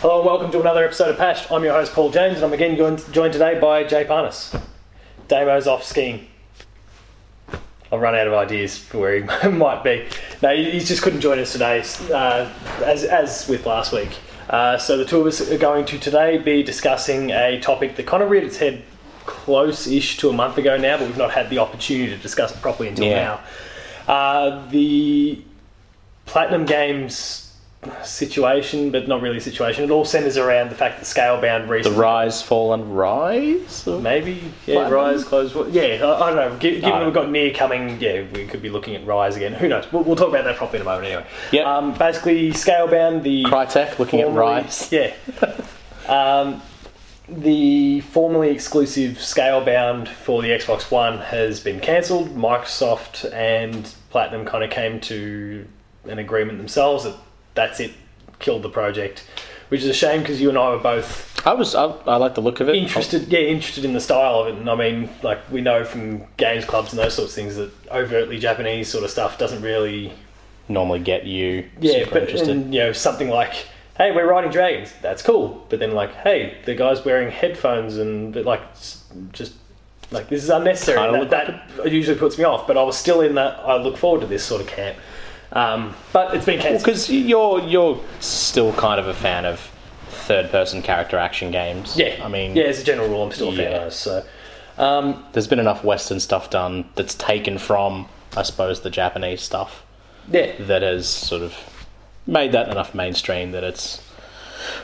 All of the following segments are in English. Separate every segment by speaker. Speaker 1: Hello and welcome to another episode of Pashed. I'm your host Paul James, and I'm again joined, joined today by Jay Parnas. Damo's off skiing. I've run out of ideas for where he might be. No, he he just couldn't join us today, uh, as, as with last week. Uh, so the two of us are going to today be discussing a topic that kind of reared its head close-ish to a month ago now, but we've not had the opportunity to discuss it properly until
Speaker 2: Yeah.
Speaker 1: now. Uh, the Platinum Games situation, but not really situation. It all centers around the fact that Scalebound
Speaker 2: The
Speaker 1: recently,
Speaker 2: rise, fall, and rise.
Speaker 1: maybe yeah,
Speaker 2: Platinum?
Speaker 1: Rise close. well, Yeah, I, I don't know. Gi- Given
Speaker 2: No.
Speaker 1: we've got near coming, yeah, we could be looking at Rise again. Who knows? We'll, we'll talk about that properly in a moment. Anyway,
Speaker 2: Yep.
Speaker 1: Um, basically, Scalebound the
Speaker 2: Crytek looking at
Speaker 1: formerly-
Speaker 2: rise.
Speaker 1: Yeah. um, the formerly exclusive Scalebound for the Xbox One has been cancelled. Microsoft and Platinum kind of came to an agreement themselves that that's it, killed the project, which is a shame because you and I were both
Speaker 2: I was. I, I like the look of it.
Speaker 1: interested, yeah, interested in the style of it. And I mean, like we know from games clubs and those sorts of things that overtly Japanese sort of stuff doesn't really
Speaker 2: I'll normally get you.
Speaker 1: yeah,
Speaker 2: super
Speaker 1: but
Speaker 2: interested.
Speaker 1: and, you know something like, "Hey, we're riding dragons. That's cool." But then like, "Hey, the guy's wearing headphones and but like, s- just like this is unnecessary."
Speaker 2: Kinda
Speaker 1: That, that usually puts me off. But I was still in that. I look forward to this sort of camp. Um, but it's been cancelled.
Speaker 2: Because you're you're still kind of a fan of third-person character action games.
Speaker 1: yeah,
Speaker 2: I mean,
Speaker 1: yeah, as a general rule, I'm still a fan
Speaker 2: Yeah.
Speaker 1: of those. So, um,
Speaker 2: there's been enough Western stuff done that's taken from, I suppose, the Japanese stuff
Speaker 1: yeah,
Speaker 2: that has sort of made that enough mainstream that it's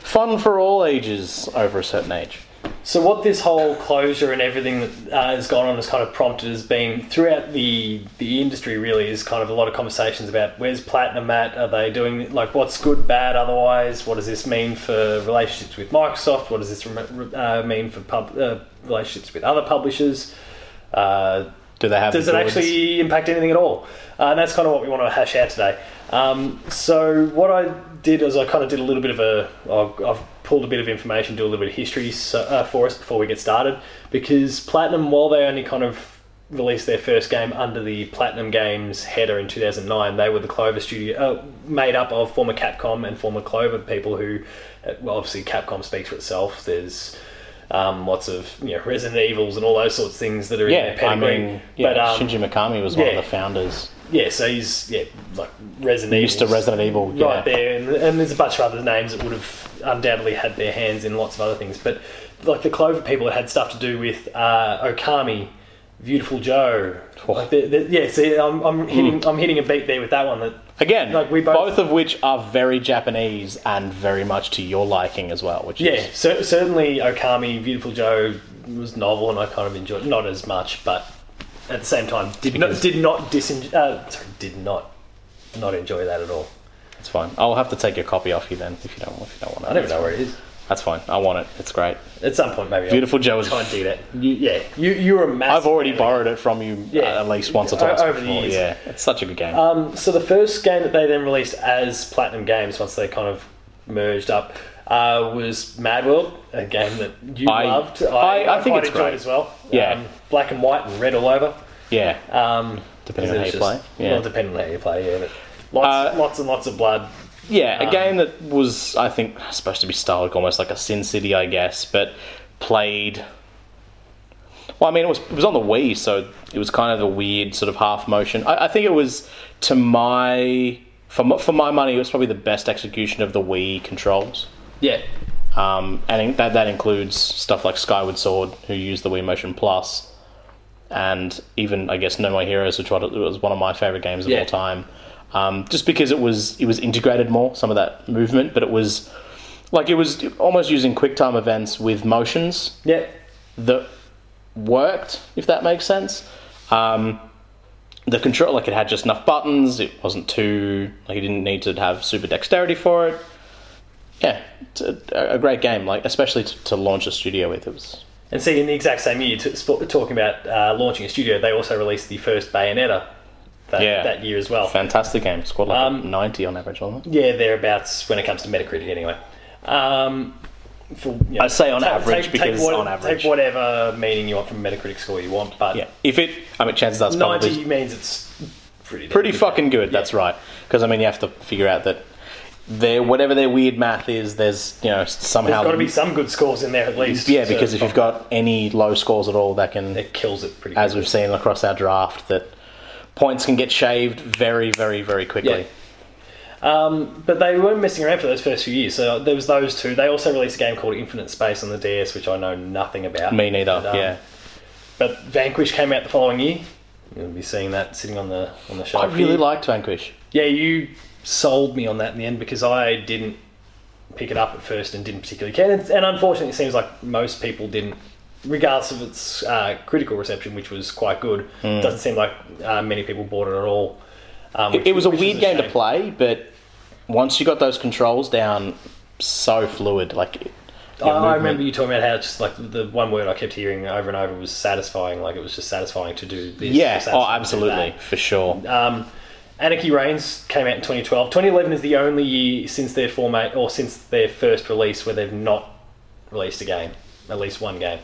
Speaker 2: fun for all ages over a certain age.
Speaker 1: So what this whole closure and everything that uh, has gone on has kind of prompted has been throughout the the industry really is kind of a lot of conversations about where's platinum at? Are they doing like what's good, bad, otherwise? What does this mean for relationships with Microsoft? What does this rem- uh, mean for pub- uh, relationships with other publishers? Uh,
Speaker 2: Do they have?
Speaker 1: does
Speaker 2: the
Speaker 1: it
Speaker 2: goods?
Speaker 1: actually impact anything at all? Uh, and that's kind of what we want to hash out today. Um, so what I did is I kind of did a little bit of a, I've, I've pulled a bit of information, do a little bit of history so, uh, for us before we get started, because Platinum, while they only kind of released their first game under the Platinum Games header in 2009, they were the Clover studio, uh, made up of former Capcom and former Clover people who, uh, well, obviously Capcom speaks for itself. There's um, lots of you know Resident Evils and all those sorts of things that are in
Speaker 2: Yeah,
Speaker 1: their
Speaker 2: I
Speaker 1: pedigree.
Speaker 2: mean, yeah,
Speaker 1: but um,
Speaker 2: Shinji Mikami was one
Speaker 1: yeah.
Speaker 2: of the founders.
Speaker 1: yeah, so he's yeah like Resident Evil,
Speaker 2: Mr. Resident Evil. Yeah.
Speaker 1: right there, and, and there's a bunch of other names that would have undoubtedly had their hands in lots of other things. But like the Clover people had stuff to do with uh, Okami, Beautiful Joe.
Speaker 2: Oh. Hmm.
Speaker 1: Like the, the, yeah, see, I'm, I'm hitting I'm hitting a beat there with that one. That
Speaker 2: Again,
Speaker 1: Like, we
Speaker 2: we
Speaker 1: both-
Speaker 2: both, of which are very Japanese and very much to your liking as well, which
Speaker 1: yeah,
Speaker 2: is
Speaker 1: cer certainly Okami, Beautiful Joe was novel, and I kind of enjoyed it. not as much, but at the same time did not
Speaker 2: Because-
Speaker 1: did not disenjoy, uh, sorry, did not not enjoy that at all.
Speaker 2: it's fine. I'll have to take your copy off you then if you don't if you don't want it.
Speaker 1: I don't even know where it is.
Speaker 2: That's fine. I want it. It's great.
Speaker 1: At some point, maybe. I'll-
Speaker 2: Beautiful Joe is.
Speaker 1: try and do that. You, yeah, you you're a massive.
Speaker 2: I've already
Speaker 1: fan.
Speaker 2: borrowed it from you uh,
Speaker 1: Yeah.
Speaker 2: at least once or
Speaker 1: O-
Speaker 2: twice
Speaker 1: over the
Speaker 2: before.
Speaker 1: years.
Speaker 2: Yeah, it's such a good game.
Speaker 1: Um, so the first game that they then released as Platinum Games, once they kind of merged up, uh, was Mad World, a game that you
Speaker 2: I-
Speaker 1: loved.
Speaker 2: I- I think
Speaker 1: quite
Speaker 2: it's
Speaker 1: enjoyed
Speaker 2: great.
Speaker 1: as well.
Speaker 2: Yeah.
Speaker 1: Um, black and white and red all over.
Speaker 2: yeah,
Speaker 1: Um,
Speaker 2: Depending
Speaker 1: 'cause
Speaker 2: on
Speaker 1: it
Speaker 2: how
Speaker 1: was just-
Speaker 2: you play, yeah.
Speaker 1: Well, depending on how you play, yeah. But lots,
Speaker 2: Uh,
Speaker 1: lots and lots of blood.
Speaker 2: yeah, a game that was I think supposed to be styled almost like a Sin City, I guess, but played. Well, I mean, it was it was on the Wii, so it was kind of a weird sort of half motion. I, I think it was to my for my, for my money, it was probably the best execution of the Wii controls.
Speaker 1: Yeah.
Speaker 2: Um, and in- that, that includes stuff like Skyward Sword, who used the Wii Motion Plus, and even I guess No More Heroes, which was was one of my favorite games of
Speaker 1: Yeah.
Speaker 2: all time. Um, just because it was it was integrated more some of that movement, but it was like it was almost using QuickTime events with motions
Speaker 1: Yeah.
Speaker 2: that worked, if that makes sense. Um, the control, like it had just enough buttons. It wasn't too like you didn't need to have super dexterity for it. Yeah, it's a, a great game. Like especially to, to launch a studio with, it was
Speaker 1: And see, in the exact same year, t- sp- talking about uh, launching a studio, they also released the first Bayonetta that,
Speaker 2: Yeah.
Speaker 1: that year as well.
Speaker 2: a fantastic game. Scored like
Speaker 1: Um,
Speaker 2: ninety on average, wasn't it?
Speaker 1: Yeah, thereabouts when it comes to Metacritic, anyway. Um, for, you
Speaker 2: I say on
Speaker 1: ta-
Speaker 2: average because
Speaker 1: what-
Speaker 2: on average.
Speaker 1: take whatever meaning you want from Metacritic score you want, but
Speaker 2: Yeah, if it, I mean, chances are it's probably
Speaker 1: ninety means it's pretty damn
Speaker 2: pretty
Speaker 1: good.
Speaker 2: fucking good. That's right. Because I mean, you have to figure out that their whatever their weird math is, there's you know
Speaker 1: There's
Speaker 2: somehow
Speaker 1: got to be some good scores in there at least.
Speaker 2: yeah.
Speaker 1: So-
Speaker 2: Because if you've got any low scores at all, that can,
Speaker 1: it kills it pretty.
Speaker 2: as
Speaker 1: quickly.
Speaker 2: we've seen across our draft, that points can get shaved very, very, very quickly.
Speaker 1: Yeah. Um, but they weren't messing around for those first few years. So there was those two. They also released a game called Infinite Space on the DS, which I know nothing about.
Speaker 2: Me neither.
Speaker 1: But, um,
Speaker 2: yeah.
Speaker 1: But Vanquish came out the following year. You'll be seeing that sitting on the on the
Speaker 2: I
Speaker 1: shelf.
Speaker 2: really
Speaker 1: here.
Speaker 2: liked Vanquish.
Speaker 1: Yeah, you sold me on that in the end because I didn't pick it up at first and didn't particularly care. And, it's- and unfortunately, it seems like most people didn't, regardless of its uh, critical reception, which was quite good. Doesn't seem like uh, many people bought it at all. Um,
Speaker 2: Hmm. It,
Speaker 1: which-
Speaker 2: it was a
Speaker 1: which
Speaker 2: weird game to
Speaker 1: shame.
Speaker 2: play, but once you got those controls down, so fluid. Like it-
Speaker 1: I,
Speaker 2: your
Speaker 1: I
Speaker 2: movement-
Speaker 1: remember you talking about how it's just like the one word I kept hearing over and over was satisfying. Like it was just satisfying to do this.
Speaker 2: Yeah.
Speaker 1: satisfying
Speaker 2: Oh,
Speaker 1: to do that.
Speaker 2: absolutely, for sure.
Speaker 1: Um, Anarchy Reigns came out in 2012. 2011 is the only year since their format or since their first release where they've not released a game, at least one game.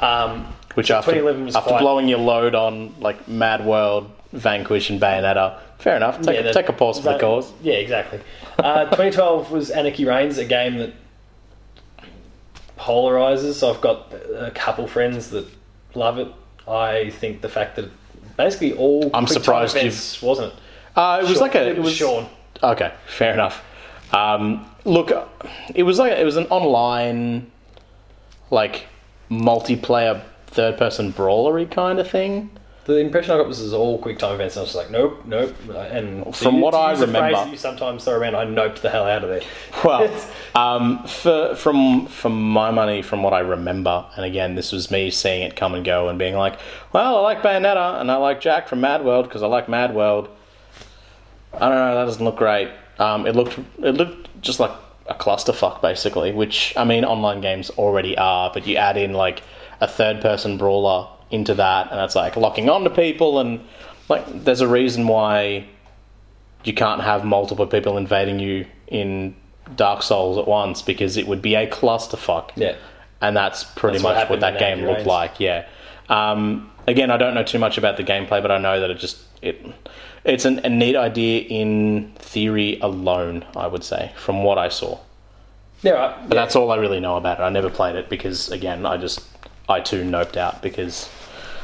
Speaker 1: Um,
Speaker 2: Which after
Speaker 1: 2011 was
Speaker 2: after
Speaker 1: quite-
Speaker 2: blowing your load on like Mad World, Vanquish, and Bayonetta, fair enough. Take,
Speaker 1: yeah,
Speaker 2: a,
Speaker 1: that-
Speaker 2: take a pause for the
Speaker 1: that-
Speaker 2: cause.
Speaker 1: Yeah, exactly. Uh, 2012 was Anarchy Reigns, a game that polarizes. I've got a couple friends that love it. I think the fact that basically all
Speaker 2: I'm
Speaker 1: quick time
Speaker 2: surprised you've-
Speaker 1: events, wasn't it?
Speaker 2: Uh, it was
Speaker 1: Sean-
Speaker 2: like a. It was
Speaker 1: Sean.
Speaker 2: Okay, fair enough. Um, look, it was like it was an online, like multiplayer third-person brawlery kind of thing.
Speaker 1: The impression I got was it was all quick time events, and I was just like, nope, nope. And
Speaker 2: From
Speaker 1: to
Speaker 2: what
Speaker 1: use
Speaker 2: I
Speaker 1: the
Speaker 2: remember-
Speaker 1: phrase that you sometimes throw around, I noped the hell out of there.
Speaker 2: Well, um, for from from my money, from what I remember, and again, this was me seeing it come and go and being like, "Well, I like Bayonetta and I like Jack from Mad World because I like Mad World." I don't know. That doesn't look great. Um, it looked it looked just like a clusterfuck, basically. Which I mean, online games already are, but you add in like a third person brawler into that, and it's like locking onto people, and like there's a reason why you can't have multiple people invading you in Dark Souls at once because it would be a clusterfuck.
Speaker 1: Yeah.
Speaker 2: And that's pretty
Speaker 1: That's what
Speaker 2: much what,
Speaker 1: happened
Speaker 2: that
Speaker 1: in
Speaker 2: game
Speaker 1: Angry
Speaker 2: looked
Speaker 1: Reigns.
Speaker 2: like. Yeah. Um, again, I don't know too much about the gameplay, but I know that it just it it's an, a neat idea in theory alone. I would say from what I saw,
Speaker 1: Yeah, right.
Speaker 2: but that's all I really know about it. I never played it because again, I just I too noped out because.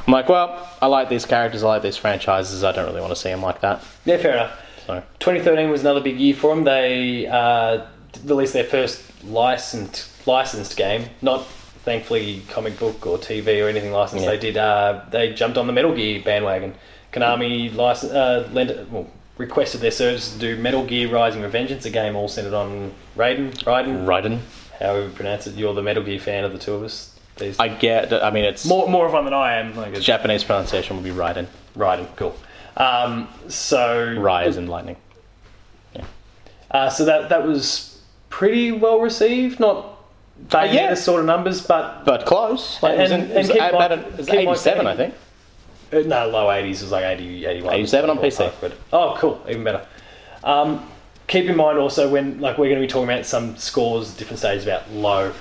Speaker 2: I'm like, well, I like these characters, I like these franchises, I don't really want to see them like that.
Speaker 1: yeah, fair enough.
Speaker 2: So,
Speaker 1: 2013 was another big year for them. They uh, d- released their first licensed licensed game, not thankfully comic book or TV or anything licensed.
Speaker 2: Yeah.
Speaker 1: They did. Uh, they jumped on the Metal Gear bandwagon. Konami license, uh, lent, well, requested their services to do Metal Gear Rising: Revengeance, a game all centered on Raiden. Raiden,
Speaker 2: Raiden,
Speaker 1: however you pronounce it. You're the Metal Gear fan of the two of us. These
Speaker 2: I get. I mean, it's
Speaker 1: more more of one than I am. Like it's
Speaker 2: Japanese pronunciation would be Raiden.
Speaker 1: Raiden, cool. Um, so
Speaker 2: Rise in lightning.
Speaker 1: uh, so that that was pretty well received. Not they
Speaker 2: yeah.
Speaker 1: Uh, yeah. the sort of numbers, but
Speaker 2: But close. Like, it was, in,
Speaker 1: And-
Speaker 2: it was
Speaker 1: and keep
Speaker 2: at-
Speaker 1: my-
Speaker 2: about an- it was
Speaker 1: keep my
Speaker 2: 87, I
Speaker 1: opinion.
Speaker 2: think.
Speaker 1: uh, no, low eighties was like 80, 81.
Speaker 2: 87 on PC.
Speaker 1: But, oh, cool, even better. Um, keep in mind also when like we're going to be talking about some scores, different stages about low.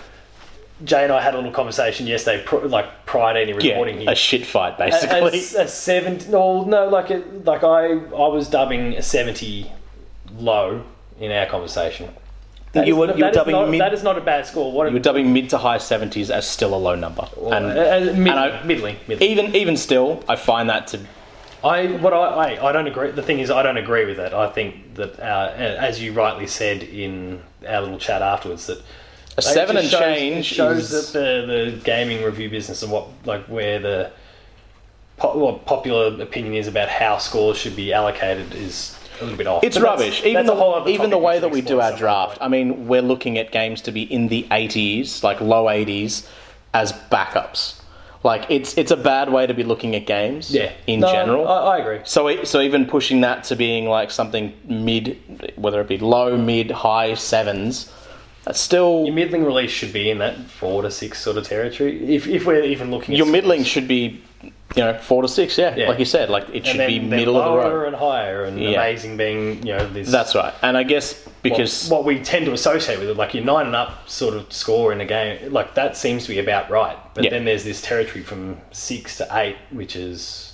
Speaker 1: Jay and I had a little conversation yesterday, pr- like prior to any recording
Speaker 2: Yeah,
Speaker 1: here.
Speaker 2: a shit fight,
Speaker 1: a,
Speaker 2: basically.
Speaker 1: a, a 70 no no like it like i i was dubbing a 70 low in our conversation That
Speaker 2: You
Speaker 1: is-
Speaker 2: were-
Speaker 1: that
Speaker 2: you were
Speaker 1: is
Speaker 2: dubbing
Speaker 1: not,
Speaker 2: mid-
Speaker 1: that is not a bad score what
Speaker 2: You're dubbing mid to high 70s as still a low number.
Speaker 1: and,
Speaker 2: and
Speaker 1: Uh, mid,
Speaker 2: and I-
Speaker 1: middling, middling.
Speaker 2: even even still, I find that to.
Speaker 1: I what I, I I don't agree. The thing is, I don't agree with that. I think that, uh, as you rightly said in our little chat afterwards, that
Speaker 2: A
Speaker 1: Like, it
Speaker 2: seven and
Speaker 1: just shows, it
Speaker 2: change
Speaker 1: shows
Speaker 2: is-
Speaker 1: that the, the gaming review business and what like where the po- what popular opinion is about how scores should be allocated is a little bit off.
Speaker 2: It's
Speaker 1: But that's-
Speaker 2: rubbish. even
Speaker 1: that's a whole
Speaker 2: the,
Speaker 1: other
Speaker 2: even the
Speaker 1: topic
Speaker 2: way
Speaker 1: should
Speaker 2: that we do
Speaker 1: explore
Speaker 2: our
Speaker 1: some
Speaker 2: draft.
Speaker 1: point.
Speaker 2: I mean, we're looking at games to be in the 80s, like low 80s, as backups. Like it's it's a bad way to be looking at games.
Speaker 1: Yeah,
Speaker 2: In
Speaker 1: No,
Speaker 2: general,
Speaker 1: I, I agree.
Speaker 2: So, e- so even pushing that to being like something mid, whether it be low, mid, high sevens, that's still
Speaker 1: Your middling release should be in that four to six sort of territory. If, if we're even looking, at
Speaker 2: your
Speaker 1: scores.
Speaker 2: middling should be, you know, four to six. Yeah,
Speaker 1: Yeah.
Speaker 2: like you said, like it
Speaker 1: and
Speaker 2: should
Speaker 1: then,
Speaker 2: be
Speaker 1: then
Speaker 2: middle of the
Speaker 1: lower
Speaker 2: road.
Speaker 1: and higher, and
Speaker 2: Yeah.
Speaker 1: amazing being you know this.
Speaker 2: That's right. And I guess because
Speaker 1: what, what we tend to associate with it, like your nine and up sort of score in a game, like that seems to be about right. But
Speaker 2: Yeah.
Speaker 1: then there's this territory from six to eight, which is,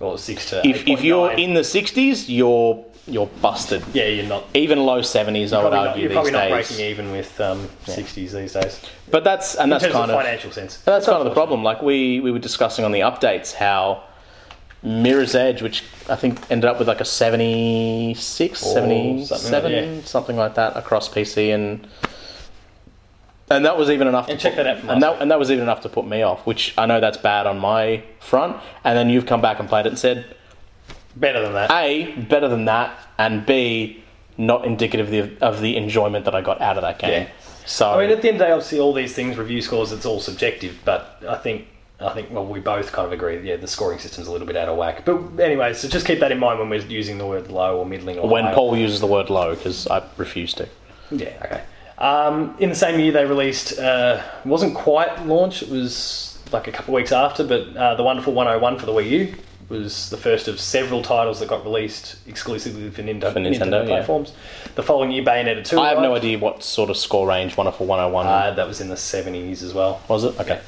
Speaker 1: well, six to
Speaker 2: if if you're
Speaker 1: 8.9.
Speaker 2: in the sixties, you're you're busted.
Speaker 1: Yeah, you're not.
Speaker 2: Even low seventies, I would
Speaker 1: probably not-
Speaker 2: argue
Speaker 1: you're probably
Speaker 2: these
Speaker 1: not
Speaker 2: days.
Speaker 1: breaking even with um, 60s these days.
Speaker 2: But that's and
Speaker 1: In
Speaker 2: that's
Speaker 1: terms of
Speaker 2: kind of
Speaker 1: financial sense.
Speaker 2: And that's kind of the problem. Like we, we were discussing on the updates how Mirror's Edge, which I think ended up with like a 76,
Speaker 1: Or
Speaker 2: 77,
Speaker 1: something
Speaker 2: something,
Speaker 1: like that,
Speaker 2: like that across PC and and that was even enough
Speaker 1: And
Speaker 2: to
Speaker 1: check
Speaker 2: put,
Speaker 1: that out from
Speaker 2: and
Speaker 1: last
Speaker 2: that, and that was even enough to put me off, which I know that's bad on my front. And then you've come back and played it and said,
Speaker 1: Better than that.
Speaker 2: A, better than that, and B, not indicative of the, of the enjoyment that I got out of that game.
Speaker 1: Yeah.
Speaker 2: So
Speaker 1: I mean, at the end of the day, obviously, all these things, review scores, it's all subjective. But I think, I think, well, we both kind of agree. that, Yeah, the scoring system's a little bit out of whack. But anyway, so just keep that in mind when we're using the word low or middling or
Speaker 2: when
Speaker 1: high.
Speaker 2: Paul uses the word low, because I refuse to.
Speaker 1: Yeah. Okay. Um, in the same year, they released. Uh, it wasn't quite launch. It was like a couple of weeks after, but uh, the wonderful 101 for the Wii U was the first of several titles that got released exclusively for Nintendo,
Speaker 2: For Nintendo, yeah.
Speaker 1: platforms. The following year, Bayonetta 2.
Speaker 2: I have no
Speaker 1: arrived.
Speaker 2: idea what sort of score range oh Wonderful 101
Speaker 1: Uh, that was in the 70s as well,
Speaker 2: was it? Okay.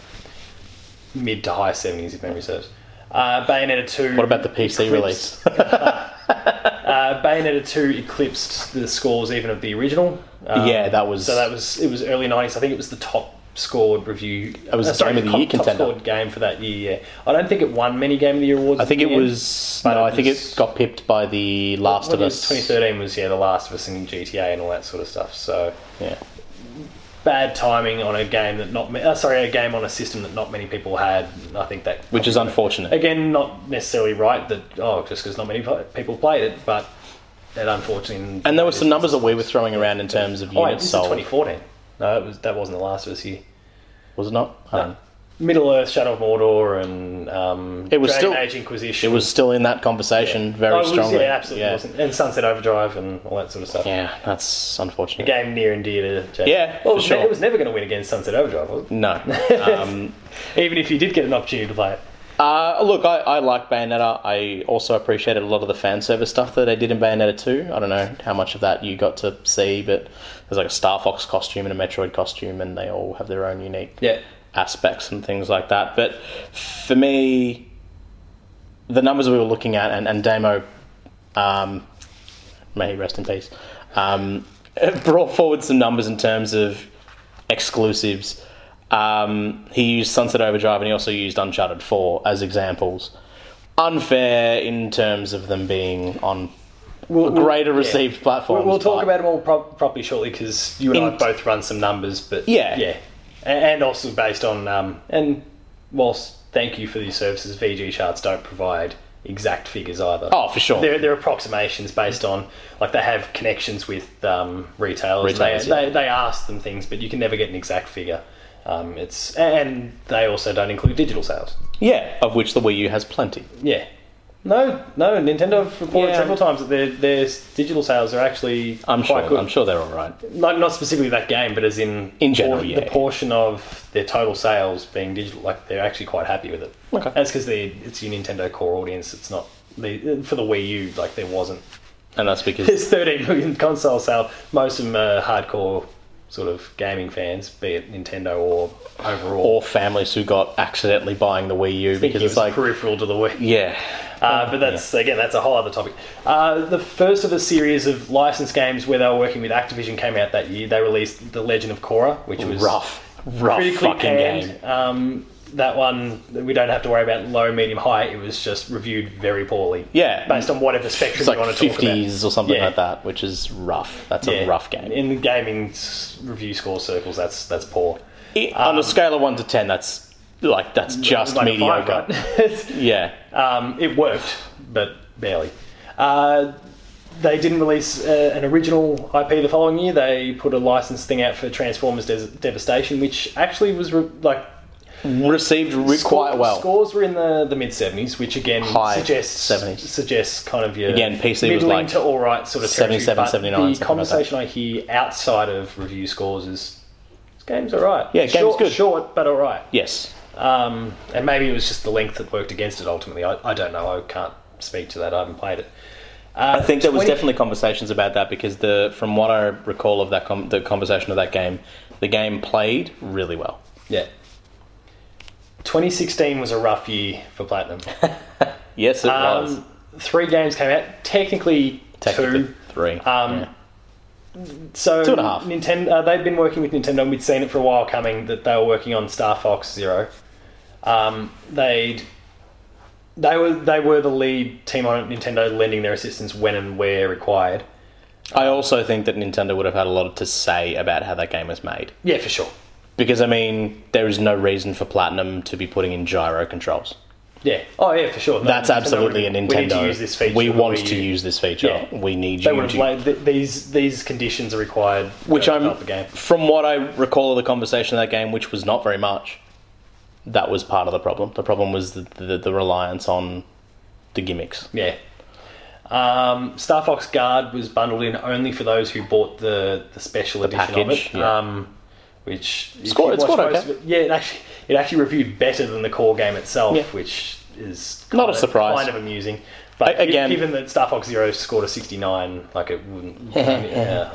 Speaker 1: mid to high 70s if memory serves. Uh, Bayonetta 2.
Speaker 2: What about the PC
Speaker 1: eclipsed- uh, Bayonetta 2 eclipsed the scores even of the original. Um,
Speaker 2: yeah, that was.
Speaker 1: So that was it was early nineties. I think it was the top scored review. It
Speaker 2: was the Game of the Year contender.
Speaker 1: Top scored game for that year. Yeah, I don't think it won many Game of the Year awards.
Speaker 2: I think it was. No,
Speaker 1: it
Speaker 2: I think
Speaker 1: was-
Speaker 2: it got pipped by The Last of Us.
Speaker 1: Twenty thirteen was yeah the Last of Us and GTA and all that sort of stuff. So
Speaker 2: Yeah.
Speaker 1: bad timing on a game that not ma- uh, sorry a game on a system that not many people had. I think that
Speaker 2: Which is unfortunate.
Speaker 1: again not necessarily right that oh just because not many pl- people played it, but that unfortunately
Speaker 2: And there were some numbers that we were throwing around in terms of
Speaker 1: Oh, wait, this
Speaker 2: units
Speaker 1: is
Speaker 2: sold.
Speaker 1: twenty fourteen. No, it was that wasn't the Last of Us year.
Speaker 2: Was it not? Um, I don't know.
Speaker 1: Middle Earth, Shadow of Mordor, and um,
Speaker 2: It was
Speaker 1: Dragon
Speaker 2: still-
Speaker 1: Age Inquisition.
Speaker 2: It was still in that conversation very
Speaker 1: Oh, it was-
Speaker 2: strongly.
Speaker 1: yeah, absolutely.
Speaker 2: Yeah.
Speaker 1: Wasn't. And Sunset Overdrive and all that sort of stuff.
Speaker 2: Yeah, that's unfortunate.
Speaker 1: Game near and dear to James.
Speaker 2: Yeah,
Speaker 1: well,
Speaker 2: for sure.
Speaker 1: it was never going to win against Sunset Overdrive, was it?
Speaker 2: No. Um,
Speaker 1: even if you did get an opportunity to play it.
Speaker 2: uh, look, I, I like Bayonetta. I also appreciated a lot of the fan service stuff that they did in Bayonetta 2. I don't know how much of that you got to see, but there's like a Star Fox costume and a Metroid costume, and they all have their own unique
Speaker 1: Yeah,
Speaker 2: aspects and things like that. But for me, the numbers we were looking at, and, and Damo, um, may he rest in peace, um, brought forward some numbers in terms of exclusives. Um, he used Sunset Overdrive and he also used Uncharted 4 as examples. Unfair in terms of them being on
Speaker 1: we'll,
Speaker 2: greater received platforms.
Speaker 1: We'll, we'll talk
Speaker 2: but-
Speaker 1: about them all pro- properly shortly because you and I
Speaker 2: In-
Speaker 1: both run some numbers, but
Speaker 2: Yeah.
Speaker 1: yeah, A- and also based on um, and whilst thank you for these services, VG charts don't provide exact figures either.
Speaker 2: Oh, for sure.
Speaker 1: They're, they're approximations based on like they have connections with um, retailers. and
Speaker 2: Retailers,
Speaker 1: they, they they ask them things, but you can never get an exact figure. Um, it's and they also don't include digital sales.
Speaker 2: Yeah, of which the Wii U has plenty.
Speaker 1: Yeah. No, no. Nintendo have reported
Speaker 2: Yeah.
Speaker 1: several times that their their digital sales are actually
Speaker 2: I'm
Speaker 1: quite
Speaker 2: sure.
Speaker 1: good.
Speaker 2: I'm sure they're all right.
Speaker 1: Like not specifically that game, but as in
Speaker 2: In general,
Speaker 1: por-
Speaker 2: yeah.
Speaker 1: the portion of their total sales being digital, like they're actually quite happy with it.
Speaker 2: Okay.
Speaker 1: That's because it's your Nintendo core audience. It's not the, for the Wii U. Like there wasn't
Speaker 2: And that's because
Speaker 1: there's 13 million console sale. Most of them are hardcore sort of gaming fans, be it Nintendo or overall.
Speaker 2: or families who got accidentally buying the Wii U
Speaker 1: Thinking
Speaker 2: because it's
Speaker 1: it was
Speaker 2: like,
Speaker 1: peripheral to the Wii.
Speaker 2: yeah,
Speaker 1: Uh, but that's again, that's a whole other topic. Uh, the first of a series of licensed games where they were working with Activision came out that year. They released The Legend of Korra, which was
Speaker 2: rough, rough
Speaker 1: critically
Speaker 2: Oh, fucking
Speaker 1: panned.
Speaker 2: game.
Speaker 1: Um, that one we don't have to worry about low, medium, high. It was just reviewed very poorly.
Speaker 2: Yeah.
Speaker 1: based on whatever spectrum
Speaker 2: It's like
Speaker 1: you want to talk about.
Speaker 2: fifties or something
Speaker 1: Yeah.
Speaker 2: like that, which is rough. That's a
Speaker 1: Yeah.
Speaker 2: rough game.
Speaker 1: In the gaming s- review score circles, that's that's poor.
Speaker 2: It- on a scale of one to ten, that's like that's just
Speaker 1: um, Like a five,
Speaker 2: mediocre.
Speaker 1: right?
Speaker 2: Yeah,
Speaker 1: um, it worked, but barely. Uh, they didn't release uh, an original IP the following year. They put a license thing out for Transformers Des- Devastation, which actually was re- like
Speaker 2: received re-
Speaker 1: score-
Speaker 2: quite well.
Speaker 1: Scores were in the, the mid seventies, which again
Speaker 2: High
Speaker 1: suggests
Speaker 2: 70s.
Speaker 1: suggests kind of your
Speaker 2: Again, PC was
Speaker 1: middling
Speaker 2: like
Speaker 1: to all right sort of territory,
Speaker 2: 77,
Speaker 1: but
Speaker 2: 79, something like
Speaker 1: The
Speaker 2: that.
Speaker 1: conversation I hear outside of review scores is this game's all right.
Speaker 2: Yeah, game's
Speaker 1: short,
Speaker 2: good.
Speaker 1: short but all right.
Speaker 2: Yes,
Speaker 1: Um, and maybe it was just the length that worked against it ultimately. I, I don't know. I can't speak to that. I haven't played it. Uh,
Speaker 2: I think there was
Speaker 1: 20
Speaker 2: definitely conversations about that because the from what I recall of that com- the conversation of that game, the game played really well.
Speaker 1: Yeah. 2016 was a rough year for Platinum.
Speaker 2: Yes, it was.
Speaker 1: Um, three games came out. Technically,
Speaker 2: Technically
Speaker 1: Two.
Speaker 2: three.
Speaker 1: Um,
Speaker 2: yeah.
Speaker 1: So
Speaker 2: Two and a half.
Speaker 1: Nintendo. Uh, they've been working with Nintendo, and we'd seen it for a while coming that they were working on Star Fox Zero. Um, they'd they were they were the lead team on it, Nintendo, lending their assistance when and where required.
Speaker 2: I also think that Nintendo would have had a lot to say about how that game was made.
Speaker 1: Yeah, for sure.
Speaker 2: Because, I mean, there is no reason for Platinum to be putting in gyro controls.
Speaker 1: Yeah. Oh yeah, for sure. No,
Speaker 2: That's
Speaker 1: Nintendo
Speaker 2: absolutely a
Speaker 1: would've-
Speaker 2: Nintendo.
Speaker 1: We need to use this feature.
Speaker 2: We
Speaker 1: for the
Speaker 2: want
Speaker 1: Wii
Speaker 2: to
Speaker 1: U.
Speaker 2: use this feature.
Speaker 1: Yeah.
Speaker 2: We need
Speaker 1: They
Speaker 2: you
Speaker 1: would have
Speaker 2: to.
Speaker 1: played th- these these conditions are required.
Speaker 2: which
Speaker 1: to
Speaker 2: I'm
Speaker 1: develop the game.
Speaker 2: from what I recall of the conversation of that game, which was not very much. That was part of the problem. The problem was the the, the reliance on the gimmicks.
Speaker 1: Yeah. Um, Star Fox Guard was bundled in only for those who bought the, the special edition
Speaker 2: package,
Speaker 1: of it.
Speaker 2: yeah.
Speaker 1: Um, which if
Speaker 2: Scored-
Speaker 1: you
Speaker 2: it
Speaker 1: watch
Speaker 2: scored
Speaker 1: most
Speaker 2: okay.
Speaker 1: of it- yeah, it actually it actually reviewed better than the core game itself,
Speaker 2: Yeah.
Speaker 1: which is
Speaker 2: Not a
Speaker 1: kind of-
Speaker 2: surprise.
Speaker 1: Kind of amusing, but
Speaker 2: A- again-
Speaker 1: gi- given that Star Fox Zero scored a sixty nine, like it wouldn't. yeah.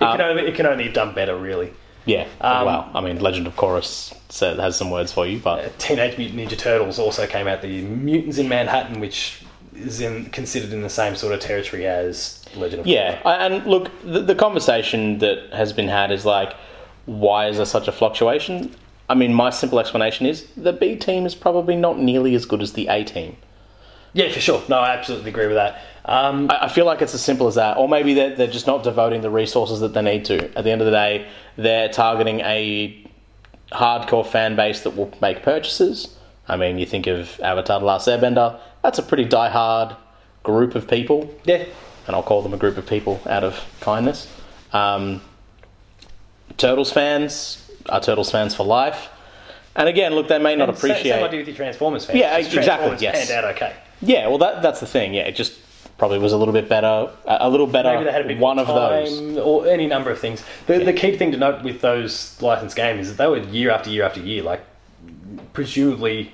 Speaker 1: It
Speaker 2: Um,
Speaker 1: can only it can only have done better, really.
Speaker 2: Yeah.
Speaker 1: Um,
Speaker 2: wow. I mean, Legend of Chorus said, has some words for you, but
Speaker 1: Teenage Mutant Ninja Turtles also came out. The Mutants in Manhattan, which is in, considered in the same sort of territory as Legend of
Speaker 2: yeah. I, and look, the, the conversation that has been had is like, why is there such a fluctuation? I mean, my simple explanation is the B team is probably not nearly as good as the A team.
Speaker 1: Yeah, for sure. No, I absolutely agree with that. Um,
Speaker 2: I, I feel like it's as simple as that. Or maybe they're, they're just not devoting the resources that they need to. At the end of the day, they're targeting a hardcore fan base that will make purchases. I mean, you think of Avatar The Last Airbender, that's a pretty diehard group of people,
Speaker 1: yeah,
Speaker 2: and I'll call them a group of people out of kindness. Um, Turtles fans are Turtles fans for life. And again, look, they may not
Speaker 1: Same-
Speaker 2: appreciate.
Speaker 1: Same idea with your Transformers fans.
Speaker 2: Yeah,
Speaker 1: Just
Speaker 2: exactly,
Speaker 1: Transformers
Speaker 2: yes.
Speaker 1: panned out okay.
Speaker 2: Yeah, well, that that's the thing. Yeah, it just probably was a little bit better. A a little better.
Speaker 1: Maybe they had a bit
Speaker 2: one
Speaker 1: more
Speaker 2: of those.
Speaker 1: time or any number of things. The, the key thing to note with those licensed games is that they were year after year after year. Like, presumably,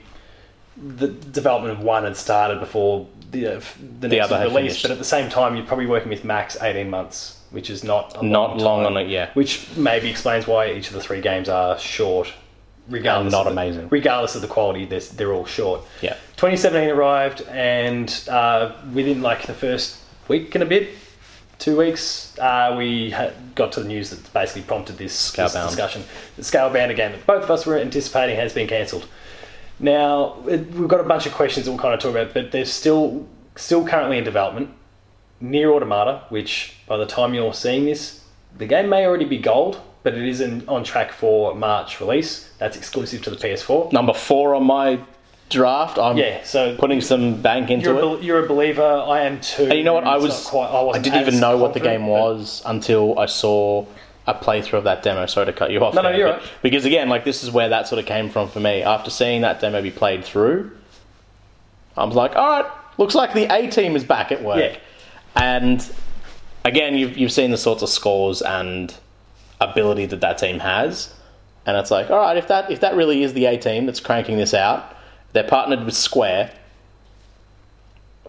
Speaker 1: the development of one had started before the uh, f- the, next
Speaker 2: other had
Speaker 1: release.
Speaker 2: finished.
Speaker 1: But at the same time, you're probably working with max eighteen months, which is not a
Speaker 2: Not long
Speaker 1: time.
Speaker 2: on it, yeah.
Speaker 1: Which maybe explains why each of the three games are short. Regardless,
Speaker 2: And not
Speaker 1: of the-
Speaker 2: amazing.
Speaker 1: Regardless of the quality, they're, they're all short.
Speaker 2: Yeah.
Speaker 1: 2017 arrived, and uh, within like the first week and a bit, two weeks, uh, we ha- got to the news that basically prompted this, this
Speaker 2: Scalebound.
Speaker 1: discussion. The Scalebound, a game that both of us were anticipating, has been cancelled. Now it, we've got a bunch of questions that we'll kind of talk about, but they're still still currently in development. Near Automata, which by the time you're seeing this, the game may already be gold, but it is in, on track for March release. That's exclusive to the PS4.
Speaker 2: Number four on my draft. I'm
Speaker 1: Yeah, so
Speaker 2: putting some bank into
Speaker 1: you're a,
Speaker 2: it.
Speaker 1: bel- you're a believer. I am too.
Speaker 2: And you know what? I
Speaker 1: It's
Speaker 2: was.
Speaker 1: not Quite, I,
Speaker 2: I
Speaker 1: wasn't
Speaker 2: didn't even
Speaker 1: as
Speaker 2: know what the
Speaker 1: confident,
Speaker 2: game
Speaker 1: but-
Speaker 2: was until I saw a playthrough of that demo. Sorry to cut you off.
Speaker 1: No, no,
Speaker 2: there,
Speaker 1: you're
Speaker 2: but-
Speaker 1: right.
Speaker 2: Because again, like this is where that sort of came from for me. After seeing that demo be played through, I was like, all right, looks like the A team is back at work.
Speaker 1: Yeah.
Speaker 2: And again, you've you've seen the sorts of scores and ability that that team has, and it's like, all right, if that if that really is the A team that's cranking this out, they're partnered with Square.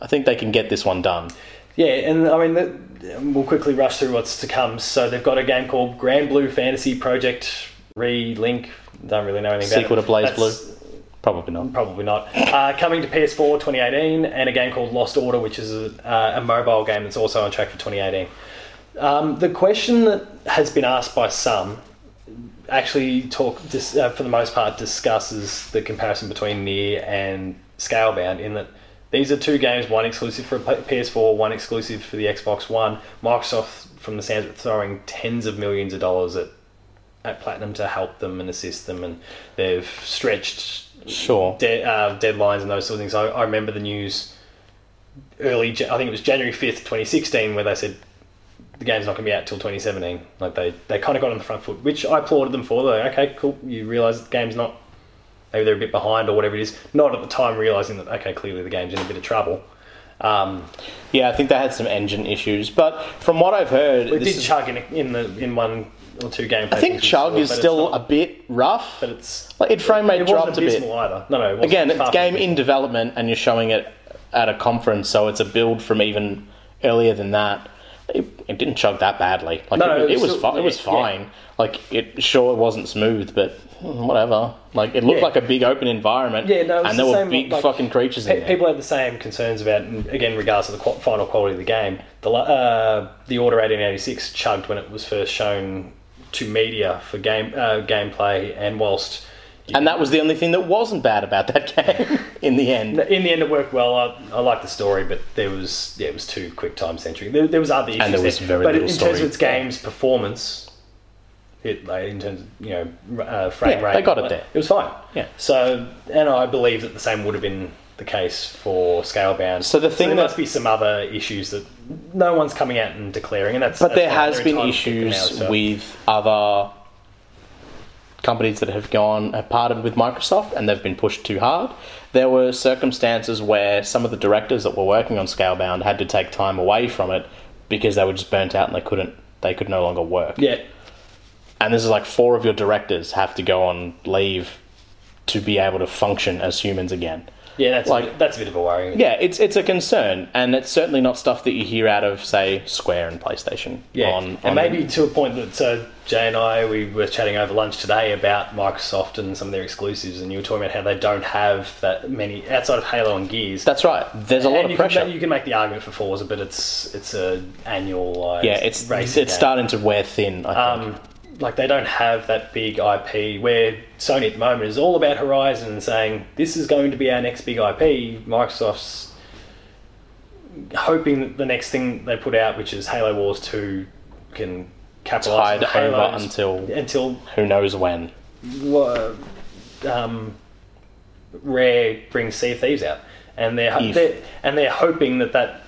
Speaker 2: I think they can get this one done.
Speaker 1: Yeah, and I mean, the, we'll quickly rush through what's to come. So they've got a game called Grand Blue Fantasy Project Relink. Don't really know anything about
Speaker 2: Sequel
Speaker 1: it.
Speaker 2: to Blaze
Speaker 1: That's-
Speaker 2: Blue. Probably not.
Speaker 1: Probably not. Uh, coming to PS4 2018, and a game called Lost Order, which is a, uh, a mobile game that's also on track for 2018. Um, the question that has been asked by some actually talk dis, uh, for the most part discusses the comparison between Near and Scalebound in that these are two games, one exclusive for P- PS4, one exclusive for the Xbox One. Microsoft, from the sounds, of it, throwing tens of millions of dollars at at Platinum to help them and assist them, and they've stretched
Speaker 2: Sure.
Speaker 1: de- uh, deadlines and those sort of things. I, I remember the news early. Ja- I think it was January fifth, twenty sixteen, where they said the game's not going to be out till twenty seventeen. Like they, they kind of got on the front foot, which I applauded them for. They're like, okay, cool. You realise the game's not. Maybe they're a bit behind or whatever it is. Not at the time realizing that okay, clearly the game's in a bit of trouble. Um,
Speaker 2: Yeah, I think they had some engine issues, but from what I've heard,
Speaker 1: it
Speaker 2: this
Speaker 1: did
Speaker 2: is-
Speaker 1: chug in, in the in one or two gameplay.
Speaker 2: I think Chug is still a bit rough.
Speaker 1: but it's
Speaker 2: like, it frame rate
Speaker 1: it wasn't
Speaker 2: dropped a bit.
Speaker 1: abysmal either. No, no. It wasn't.
Speaker 2: Again,
Speaker 1: Far
Speaker 2: it's
Speaker 1: from
Speaker 2: game
Speaker 1: abysmal.
Speaker 2: in development, and you're showing it at a conference, so it's a build from even earlier than that. It, it didn't chug that badly. Like
Speaker 1: No, it
Speaker 2: it, was, it
Speaker 1: was
Speaker 2: was,
Speaker 1: still-
Speaker 2: fi- it
Speaker 1: yeah,
Speaker 2: was
Speaker 1: yeah.
Speaker 2: fine. Like it sure it wasn't smooth, but "Hmm, whatever. Like it looked
Speaker 1: Yeah.
Speaker 2: like a big open environment.
Speaker 1: Yeah, no, it was
Speaker 2: and
Speaker 1: the
Speaker 2: there were
Speaker 1: same,
Speaker 2: big
Speaker 1: like,
Speaker 2: fucking creatures in
Speaker 1: Pe-
Speaker 2: there.
Speaker 1: people had the same concerns about, again, regards to the qu- final quality of the game. The la- uh, the Order 1886 chugged when it was first shown to media for game uh, gameplay, and whilst
Speaker 2: and that was the only thing that wasn't bad about that game in the end.
Speaker 1: in the end it worked well, I, I like the story, but there was yeah, it was too quick time centric. There, there was other issues,
Speaker 2: there was very
Speaker 1: but in
Speaker 2: little
Speaker 1: terms
Speaker 2: story.
Speaker 1: of its game's performance, it like, in terms of you know r- uh, frame
Speaker 2: Yeah,
Speaker 1: rate,
Speaker 2: they got it
Speaker 1: like,
Speaker 2: there.
Speaker 1: It was fine.
Speaker 2: Yeah.
Speaker 1: So, and I believe that the same would have been the case for Scalebound.
Speaker 2: So the thing
Speaker 1: there
Speaker 2: that-
Speaker 1: must be some other issues that no one's coming out and declaring, and that's
Speaker 2: But there
Speaker 1: that's fine.
Speaker 2: has
Speaker 1: They're
Speaker 2: been
Speaker 1: entitled to kick them out,
Speaker 2: issues
Speaker 1: so-
Speaker 2: with other companies that have gone have parted with Microsoft and they've been pushed too hard. There were circumstances where some of the directors that were working on Scalebound had to take time away from it because they were just burnt out and they couldn't they could no longer work.
Speaker 1: yeah.
Speaker 2: And this is like four of your directors have to go on leave to be able to function as humans again.
Speaker 1: Yeah, that's
Speaker 2: Like-
Speaker 1: a bit, that's a bit of a worry.
Speaker 2: Yeah, it's it's a concern, and it's certainly not stuff that you hear out of, say, Square and PlayStation.
Speaker 1: Yeah,
Speaker 2: on,
Speaker 1: and
Speaker 2: on-
Speaker 1: maybe to a point that uh, Jay and I we were chatting over lunch today about Microsoft and some of their exclusives, and you were talking about how they don't have that many outside of Halo and Gears.
Speaker 2: That's right. There's a lot
Speaker 1: and
Speaker 2: of
Speaker 1: you
Speaker 2: pressure.
Speaker 1: Can, you can make the argument for Forza, but it's it's a annual
Speaker 2: yeah, it's it's
Speaker 1: racing game.
Speaker 2: starting to wear thin. I think.
Speaker 1: Um, like they don't have that big IP where Sony at the moment is all about Horizon and saying this is going to be our next big IP. Microsoft's hoping that the next thing they put out, which is Halo Wars Two, can capitalize
Speaker 2: Tide
Speaker 1: on Halo
Speaker 2: over until-
Speaker 1: until
Speaker 2: Who knows when?
Speaker 1: uh, um, Rare brings Sea of Thieves out, and they're, ho-
Speaker 2: If.
Speaker 1: they're and they're hoping that that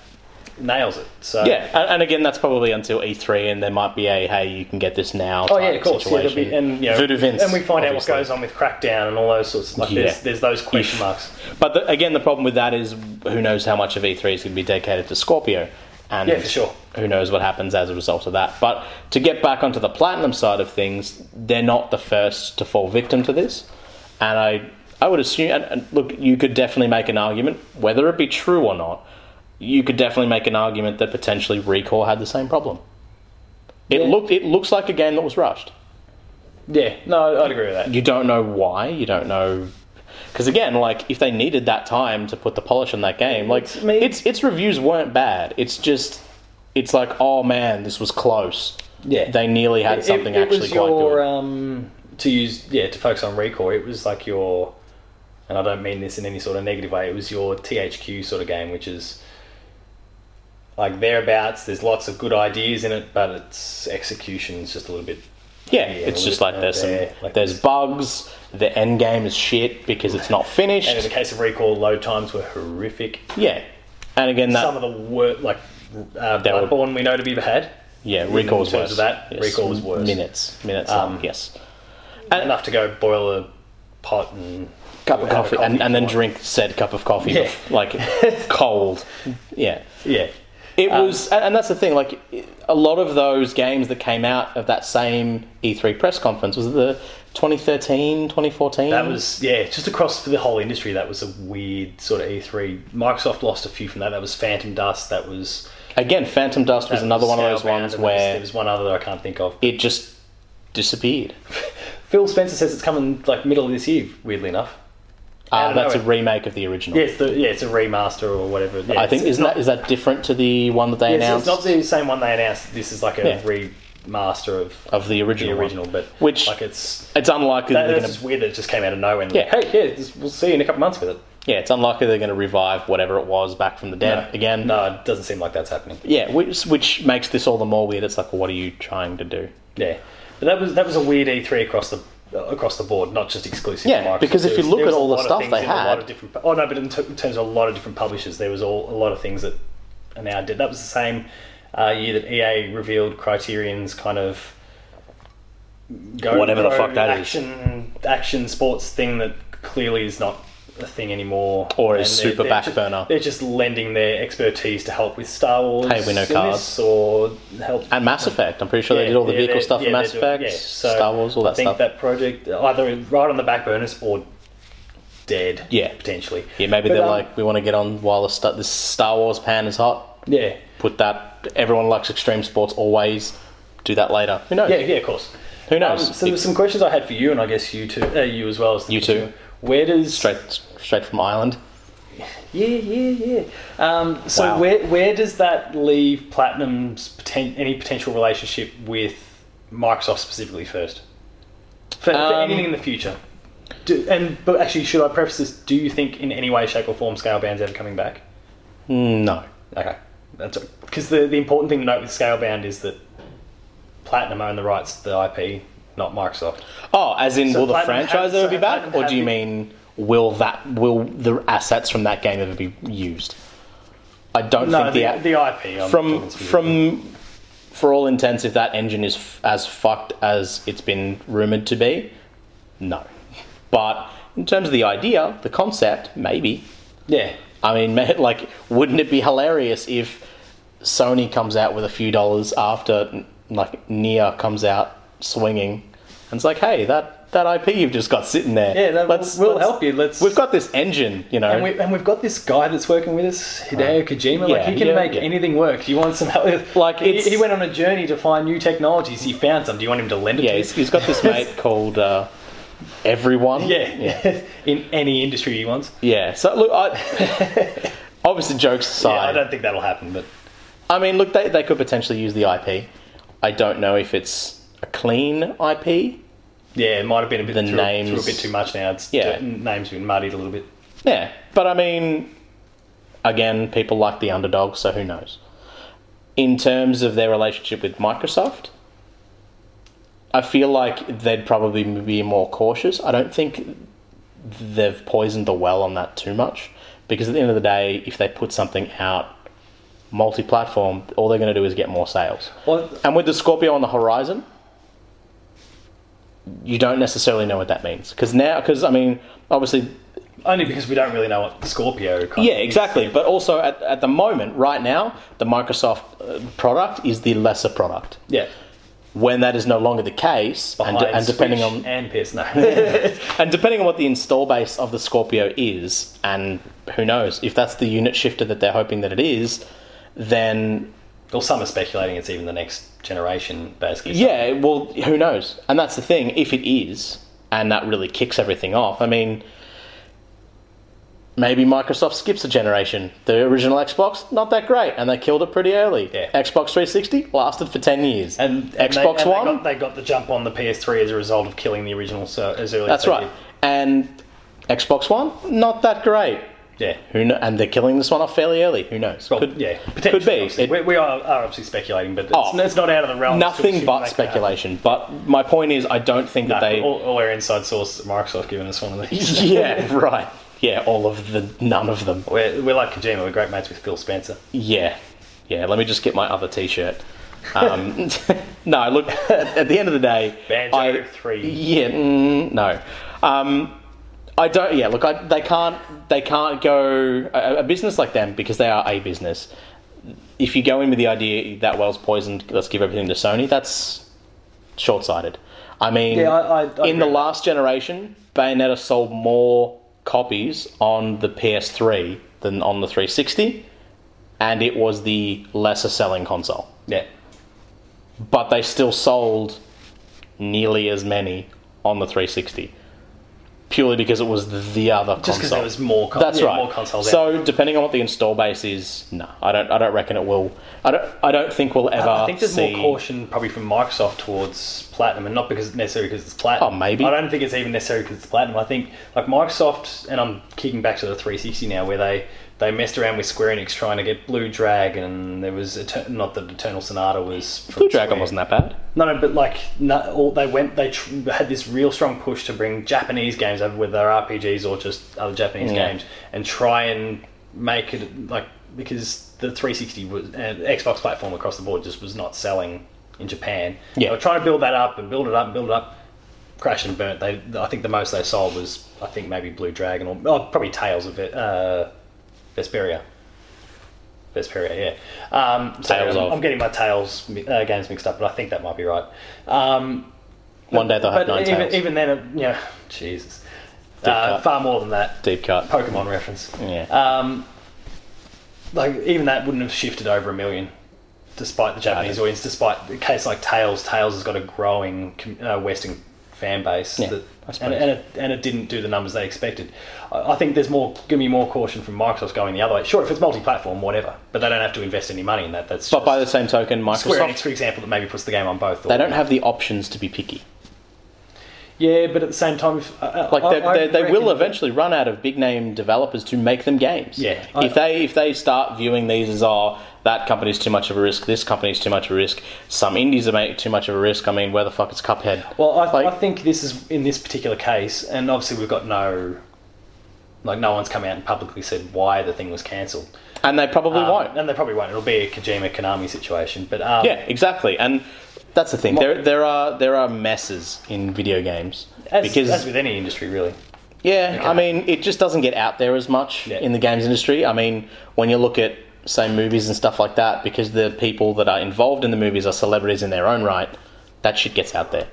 Speaker 1: nails it. So
Speaker 2: Yeah, and, and again, that's probably until E3, and there might be a hey, you can get this now.
Speaker 1: Oh
Speaker 2: type
Speaker 1: yeah, of course. Yeah, there'll
Speaker 2: Situation.
Speaker 1: be, and you know,
Speaker 2: Voodoo Vince,
Speaker 1: and we find out what
Speaker 2: obviously.
Speaker 1: goes on with Crackdown and all those sorts. Of, like
Speaker 2: Yeah.
Speaker 1: there's, there's those question marks.
Speaker 2: But the, again, the problem with that is who knows how much of E3 is going to be dedicated to Scorpio. And
Speaker 1: Yeah, for sure.
Speaker 2: Who knows what happens as a result of that. But to get back onto the platinum side of things, they're not the first to fall victim to this. And I, I would assume, and, and look, you could definitely make an argument, whether it be true or not, you could definitely make an argument that potentially Recall had the same problem. It
Speaker 1: Yeah.
Speaker 2: looked, it looks like a game that was rushed.
Speaker 1: Yeah, no, I'd agree with that.
Speaker 2: You don't know why. You don't know because again, like if they needed that time to put the polish on that game, like
Speaker 1: It's
Speaker 2: it's,
Speaker 1: me-
Speaker 2: its reviews weren't bad. It's just it's like oh man, this was close.
Speaker 1: Yeah.
Speaker 2: they nearly had something
Speaker 1: it, it
Speaker 2: actually
Speaker 1: was
Speaker 2: quite
Speaker 1: your,
Speaker 2: good.
Speaker 1: Um, to use yeah to focus on recall, it was like your, and I don't mean this in any sort of negative way. It was your THQ sort of game, which is like thereabouts. There's lots of good ideas in it, but its execution's just a little bit.
Speaker 2: yeah,
Speaker 1: yeah,
Speaker 2: it's
Speaker 1: we-
Speaker 2: just like
Speaker 1: uh,
Speaker 2: there's
Speaker 1: there,
Speaker 2: some
Speaker 1: like
Speaker 2: there's
Speaker 1: this.
Speaker 2: bugs. The end game is shit because it's not finished.
Speaker 1: And in the case of recall, load times were horrific.
Speaker 2: yeah, and again that
Speaker 1: Some of the work like uh,
Speaker 2: They were-
Speaker 1: Bloodborne we know to be bad.
Speaker 2: yeah recall was
Speaker 1: terms
Speaker 2: worse.
Speaker 1: of that,
Speaker 2: Yes.
Speaker 1: Recall was worse.
Speaker 2: Minutes, minutes.
Speaker 1: Um,
Speaker 2: long, yes,
Speaker 1: enough to go boil a pot and
Speaker 2: cup of
Speaker 1: have a
Speaker 2: coffee, and, and then
Speaker 1: for it.
Speaker 2: drink said cup of coffee
Speaker 1: Yeah.
Speaker 2: like cold. Yeah.
Speaker 1: Yeah,
Speaker 2: It
Speaker 1: Um,
Speaker 2: was, and and that's the thing. Like a lot of those games that came out of that same E3 press conference was it the 2013, 2014.
Speaker 1: that was yeah. Just across for the whole industry, that was a weird sort of E3. Microsoft lost a few from that. That was Phantom Dust. That was
Speaker 2: again Phantom Dust was
Speaker 1: that
Speaker 2: another
Speaker 1: was
Speaker 2: one of those
Speaker 1: Scalebound, and
Speaker 2: ones
Speaker 1: there was-
Speaker 2: where
Speaker 1: there was one other that I can't think of.
Speaker 2: it just disappeared.
Speaker 1: Phil Spencer says it's coming like middle of this year. Weirdly enough,
Speaker 2: Uh,
Speaker 1: of
Speaker 2: that's a
Speaker 1: nowhere.
Speaker 2: remake of the original.
Speaker 1: yeah, it's the yeah, it's a remaster or whatever. Yeah,
Speaker 2: I think
Speaker 1: it's,
Speaker 2: isn't that is that different to the one that they
Speaker 1: it's, it's
Speaker 2: announced
Speaker 1: not the same one they announced. This is like a
Speaker 2: Yeah.
Speaker 1: remaster of
Speaker 2: of the
Speaker 1: the
Speaker 2: original? one?
Speaker 1: original, but
Speaker 2: Which-
Speaker 1: like it's
Speaker 2: It's unlikely
Speaker 1: that,
Speaker 2: that, they're
Speaker 1: that's
Speaker 2: going
Speaker 1: just
Speaker 2: to.
Speaker 1: weird that it just came out of nowhere. And
Speaker 2: Yeah.
Speaker 1: like, hey, yeah, this, we'll see you in a couple months with it.
Speaker 2: Yeah, it's unlikely they're going to revive whatever it was back from the dead again.
Speaker 1: No, it doesn't seem like that's happening.
Speaker 2: Yeah, which which makes this all the more weird. It's like, well, what are you trying to do?
Speaker 1: Yeah, but that was that was a weird E three across the across the board, not just exclusive.
Speaker 2: Yeah,
Speaker 1: to Microsoft.
Speaker 2: because if
Speaker 1: There
Speaker 2: you
Speaker 1: was-
Speaker 2: look
Speaker 1: there
Speaker 2: at
Speaker 1: was a
Speaker 2: all the
Speaker 1: lot of
Speaker 2: stuff
Speaker 1: things
Speaker 2: they
Speaker 1: in a lot
Speaker 2: had-
Speaker 1: of different- oh no, but in, t- in terms of a lot of different publishers, there was all a lot of things that are now did. That was the same uh, year that EA revealed Criterion's kind of. Go
Speaker 2: Whatever the fuck that is.
Speaker 1: action, action sports thing that clearly is not a thing anymore,
Speaker 2: Or
Speaker 1: And
Speaker 2: is
Speaker 1: they're-
Speaker 2: super
Speaker 1: they're
Speaker 2: back
Speaker 1: just-
Speaker 2: burner.
Speaker 1: They're just lending their expertise to help with Star Wars.
Speaker 2: Hey, we know
Speaker 1: in
Speaker 2: cars.
Speaker 1: this, or help
Speaker 2: And Mass Effect. I'm pretty sure they did all the
Speaker 1: yeah,
Speaker 2: vehicle
Speaker 1: they're-
Speaker 2: stuff
Speaker 1: yeah,
Speaker 2: for Mass
Speaker 1: they're doing-
Speaker 2: Effect,
Speaker 1: yeah. So
Speaker 2: Star Wars, all that
Speaker 1: I think
Speaker 2: stuff.
Speaker 1: that project either right on the back burners or dead.
Speaker 2: Yeah.
Speaker 1: potentially.
Speaker 2: yeah, maybe
Speaker 1: But,
Speaker 2: they're
Speaker 1: um,
Speaker 2: like, we want to get on while the sta- this Star Wars pan is hot.
Speaker 1: yeah,
Speaker 2: Put that. Everyone likes extreme sports always. Do that later. Who knows?
Speaker 1: Oh, yeah, yeah, of course.
Speaker 2: Who
Speaker 1: Um,
Speaker 2: knows?
Speaker 1: so there's some questions I had for you, and I guess you too, uh, you as well. As the
Speaker 2: You too.
Speaker 1: consumer. Where does
Speaker 2: straight straight from Ireland.
Speaker 1: Yeah, yeah, yeah. Um, so
Speaker 2: Wow.
Speaker 1: where where does that leave Platinum's poten- any potential relationship with Microsoft specifically first? For, for
Speaker 2: Um,
Speaker 1: anything in the future. Do, and but actually, should I preface this? Do you think in any way, shape, or form, scale band's ever coming back?
Speaker 2: No.
Speaker 1: Okay, that's because the the important thing to note with scale band is that Platinum own the rights to the IP, not Microsoft.
Speaker 2: Oh, as in,
Speaker 1: So
Speaker 2: will the
Speaker 1: Platinum
Speaker 2: franchise
Speaker 1: have-
Speaker 2: ever
Speaker 1: so
Speaker 2: be back,
Speaker 1: Platinum
Speaker 2: or do you
Speaker 1: have-
Speaker 2: mean will that will the assets from that game ever be used? I don't
Speaker 1: No,
Speaker 2: think
Speaker 1: the,
Speaker 2: the,
Speaker 1: the IP I'm
Speaker 2: from
Speaker 1: talking specifically.
Speaker 2: from for all intents, if that engine is f- as fucked as it's been rumored to be, no. But in terms of the idea, the concept, maybe.
Speaker 1: yeah.
Speaker 2: I mean, man, like, wouldn't it be hilarious if Sony comes out with a few dollars after, like, Nia comes out swinging, and it's like, hey, that that IP you've just got sitting there,
Speaker 1: Yeah, that- we'll help you, let's-
Speaker 2: we've got this engine, you know.
Speaker 1: And, we, and we've got this guy that's working with us, Hideo Kojima. like
Speaker 2: Uh, Yeah,
Speaker 1: he can
Speaker 2: yeah,
Speaker 1: make
Speaker 2: yeah.
Speaker 1: anything work. Do you want some help?
Speaker 2: Like,
Speaker 1: he,
Speaker 2: it's-
Speaker 1: he went on a journey to find new technologies. He found some. Do you want him to lend it
Speaker 2: yeah,
Speaker 1: to you?
Speaker 2: he's, he's got this mate called uh, Everyone.
Speaker 1: yeah,
Speaker 2: yeah,
Speaker 1: in any industry he wants.
Speaker 2: yeah. So look, I, obviously jokes
Speaker 1: Yeah,
Speaker 2: aside,
Speaker 1: I don't think that'll happen. But
Speaker 2: I mean, look, they, they could potentially use the IP. I don't know if it's a clean IP.
Speaker 1: yeah, it might have been a bit
Speaker 2: The
Speaker 1: through,
Speaker 2: names-
Speaker 1: through a bit too much now. It's
Speaker 2: Yeah.
Speaker 1: names been muddied a little bit.
Speaker 2: Yeah, but I mean, again, people like the underdog, so who knows? In terms of their relationship with Microsoft, I feel like they'd probably be more cautious. I don't think they've poisoned the well on that too much because at the end of the day, if they put something out multi platform, all they're going to do is get more sales.
Speaker 1: Well,
Speaker 2: And with the Scorpio on the horizon, you don't necessarily know what that means because now, because I mean, obviously
Speaker 1: only because we don't really know what the Scorpio. Kind of
Speaker 2: yeah,
Speaker 1: is.
Speaker 2: exactly. But also at, at the moment, right now, the Microsoft uh, product is the lesser product.
Speaker 1: Yeah,
Speaker 2: When that is no longer the case, and,
Speaker 1: Behind
Speaker 2: and depending
Speaker 1: Switch
Speaker 2: on
Speaker 1: and PS, no.
Speaker 2: and depending on what the install base of the Scorpio is, and who knows if that's the unit shifter that they're hoping that it is, then
Speaker 1: well, some are speculating it's even the next generation, basically. So
Speaker 2: yeah, well, who knows? And that's the thing. If it is, and that really kicks everything off, I mean. Maybe Microsoft skips a generation. The original Xbox, not that great, and they killed it pretty early.
Speaker 1: Yeah.
Speaker 2: Xbox 360 lasted for 10 years.
Speaker 1: And, and they- and
Speaker 2: Xbox
Speaker 1: they
Speaker 2: One?
Speaker 1: got, they got the jump on the PS3 as a result of killing the original uh, so, as early as
Speaker 2: that's
Speaker 1: they
Speaker 2: right. And Xbox One, not that great.
Speaker 1: did. Yeah.
Speaker 2: Who kn- and they're killing this one off fairly early. Who knows?
Speaker 1: Well,
Speaker 2: could,
Speaker 1: yeah,
Speaker 2: could be.
Speaker 1: potentially. obviously.
Speaker 2: It-
Speaker 1: we, we are, are obviously speculating, but it's,
Speaker 2: Oh.
Speaker 1: it's not out of the realm. to
Speaker 2: nothing
Speaker 1: assume
Speaker 2: but
Speaker 1: that can happen.
Speaker 2: speculation. But my point is, I don't think that
Speaker 1: No,
Speaker 2: they.
Speaker 1: all, all our inside source that Microsoft giving us one of these.
Speaker 2: yeah, right. Yeah, all of the. None of them.
Speaker 1: We're, we're like Kojima. We're great mates with Phil Spencer.
Speaker 2: Yeah, yeah. Let me just get my other T-shirt. Um, no, look. At, at the end of the day,
Speaker 1: Banjo
Speaker 2: I-
Speaker 1: three.
Speaker 2: Yeah, mm, no. Um, I don't. Yeah, look. I, they can't. They can't go a, a business like them because they are a business. If you go in with the idea that well's poisoned, let's give everything to Sony. That's short-sighted. I mean,
Speaker 1: Yeah, I- I- I agree
Speaker 2: in the
Speaker 1: with that.
Speaker 2: last generation, Bayonetta sold more copies on the PS3 than on the 360 and it was the lesser selling console.
Speaker 1: Yeah.
Speaker 2: But they still sold nearly as many on the 360, purely because it was the other
Speaker 1: Just because
Speaker 2: console.
Speaker 1: there was more. Con-
Speaker 2: That's
Speaker 1: yeah,
Speaker 2: right.
Speaker 1: More consoles. out.
Speaker 2: so depending on what the install base is, no, I don't. I don't reckon it will. I don't. I don't think we'll ever.
Speaker 1: I think there's
Speaker 2: see,
Speaker 1: more caution probably from Microsoft towards platinum, and not because necessarily because it's
Speaker 2: Oh,
Speaker 1: platinum.
Speaker 2: maybe.
Speaker 1: I don't think it's even necessarily because it's platinum. I think like Microsoft, and I'm kicking back to the 360 now, where they they messed around with Square Enix trying to get Blue Dragon, and there was Eter- not that Eternal Sonata was from
Speaker 2: Blue Dragon
Speaker 1: Square.
Speaker 2: wasn't that bad.
Speaker 1: No, no, but like no, all, they went, they tr- had this real strong push to bring Japanese games over, whether they're RPGs or just other Japanese
Speaker 2: Yeah.
Speaker 1: games, and try and make it like because the 360 was and Xbox platform across the board just was not selling in Japan.
Speaker 2: Yeah.
Speaker 1: they were trying to build that up and build it up and build it up. Crash and burnt. They, I think the most they sold was, I think maybe Blue Dragon or oh, probably Tales of it, uh, Vesperia. Vesperia, yeah. Um, so
Speaker 2: Tales
Speaker 1: I'm,
Speaker 2: of.
Speaker 1: I'm getting my Tales mi- uh, games mixed up, but I think that might be right. Um,
Speaker 2: One day they'll have
Speaker 1: but
Speaker 2: nine
Speaker 1: even,
Speaker 2: tails.
Speaker 1: even then, uh, you know, Jesus, uh,
Speaker 2: cut.
Speaker 1: far more than that.
Speaker 2: Deep cut.
Speaker 1: Pokemon reference.
Speaker 2: Yeah.
Speaker 1: Um, like even that wouldn't have shifted over a million. despite the Japanese audience, despite a case like Tails, Tails has got a growing com- uh, Western fan base,
Speaker 2: Yeah,
Speaker 1: that,
Speaker 2: I suppose.
Speaker 1: and, and it, and it didn't do the numbers they expected. I, I think there's more, give me more caution from Microsoft going the other way. Sure, if it's multi-platform, whatever, but they don't have to invest any money in that. That's
Speaker 2: But by the
Speaker 1: just-
Speaker 2: same token,
Speaker 1: Square Enix,
Speaker 2: Microsoft
Speaker 1: for example, that maybe puts the game on both.
Speaker 2: they don't have the options to be picky.
Speaker 1: Yeah, but at the same time, if, uh,
Speaker 2: Like
Speaker 1: I-
Speaker 2: they,
Speaker 1: I
Speaker 2: they, they will
Speaker 1: reckon-
Speaker 2: eventually run out of big name developers to make them games.
Speaker 1: Yeah.
Speaker 2: if they if they start viewing these as oh that company's too much of a risk, this company's too much of a risk, some indies are make too much of a risk. I mean, where the fuck is Cuphead?
Speaker 1: Well, I,
Speaker 2: Like-
Speaker 1: I think this is in this particular case, and obviously we've got no, like no one's come out and publicly said why the thing was cancelled.
Speaker 2: And they probably
Speaker 1: Um,
Speaker 2: won't.
Speaker 1: and they probably won't. It'll be a Kojima Konami situation, but um,
Speaker 2: Yeah, exactly. And that's the thing. There there are there are messes in video games
Speaker 1: as,
Speaker 2: because
Speaker 1: as with any industry, really.
Speaker 2: Yeah,
Speaker 1: Okay.
Speaker 2: I mean, it just doesn't get out there as much
Speaker 1: Yeah.
Speaker 2: in the games industry. I mean, when you look at say movies and stuff like that, because the people that are involved in the movies are celebrities in their own right, that shit gets out there.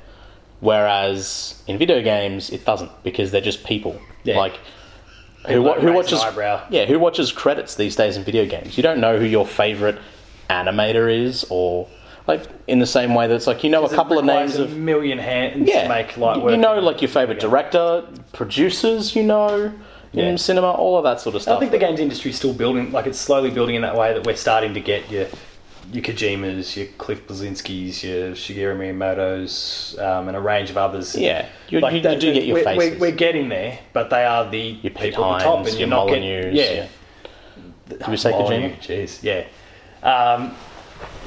Speaker 2: Whereas in video games, it doesn't because they're just people.
Speaker 1: Yeah.
Speaker 2: Like who,
Speaker 1: People
Speaker 2: wa-
Speaker 1: that
Speaker 2: who
Speaker 1: raise an
Speaker 2: watches
Speaker 1: eyebrow.
Speaker 2: yeah who watches credits these days in video games? You don't know who your favorite animator is, or like in the same way that it's like you know a couple
Speaker 1: It
Speaker 2: of names
Speaker 1: requires a
Speaker 2: of
Speaker 1: million hands
Speaker 2: yeah.
Speaker 1: to make light
Speaker 2: You-
Speaker 1: work.
Speaker 2: You know, like your favorite director, producers, you know,
Speaker 1: Yeah.
Speaker 2: in cinema, all of that sort of stuff.
Speaker 1: I think the games industry's still building, like it's slowly building in that way that we're starting to get your your Kojimas, your Cliff Blazinskis, your Shigeru Miyamoto's, um, and a range of others.
Speaker 2: Yeah. You- you- you do get your
Speaker 1: we're,
Speaker 2: faces.
Speaker 1: We're, we're getting there, but they are the
Speaker 2: your
Speaker 1: people at
Speaker 2: Pete
Speaker 1: the top,
Speaker 2: Hines,
Speaker 1: and
Speaker 2: your
Speaker 1: you're not getting
Speaker 2: Molyneux.
Speaker 1: yeah.
Speaker 2: Did we say
Speaker 1: Molyneux,
Speaker 2: Kojima?
Speaker 1: Jeez, yeah. Um,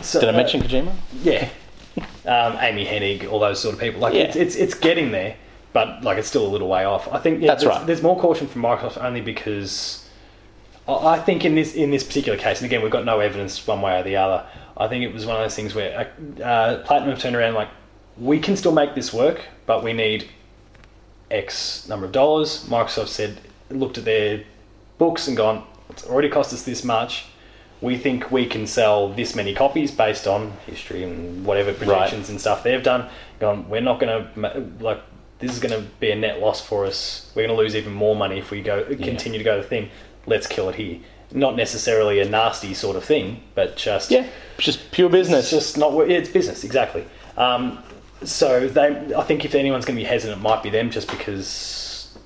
Speaker 1: so,
Speaker 2: Did I
Speaker 1: uh,
Speaker 2: mention Kojima?
Speaker 1: yeah, um, Amy Hennig, all those sort of people. Like
Speaker 2: Yeah.
Speaker 1: it's, it's it's getting there, but like it's still a little way off. I think yeah,
Speaker 2: That's
Speaker 1: there's,
Speaker 2: right.
Speaker 1: There's more caution from Microsoft only because I I think in this in this particular case, and again we've got no evidence one way or the other. I think it was one of those things where uh, uh, Platinum have turned around like we can still make this work, but we need X number of dollars. Microsoft said looked at their books and gone, it's already cost us this much. We think we can sell this many copies based on history and whatever projections and stuff they've done. Gone, we're not going to like this is going to be a net loss for us. We're going to lose even more money if we go continue to go to the thing. Let's kill it here. Not necessarily a nasty sort of thing, but just
Speaker 2: Yeah, it's just pure
Speaker 1: it's
Speaker 2: business.
Speaker 1: just not. wor- yeah, It's business exactly. Um, so they, I think if anyone's going to be hesitant, it might be them, just because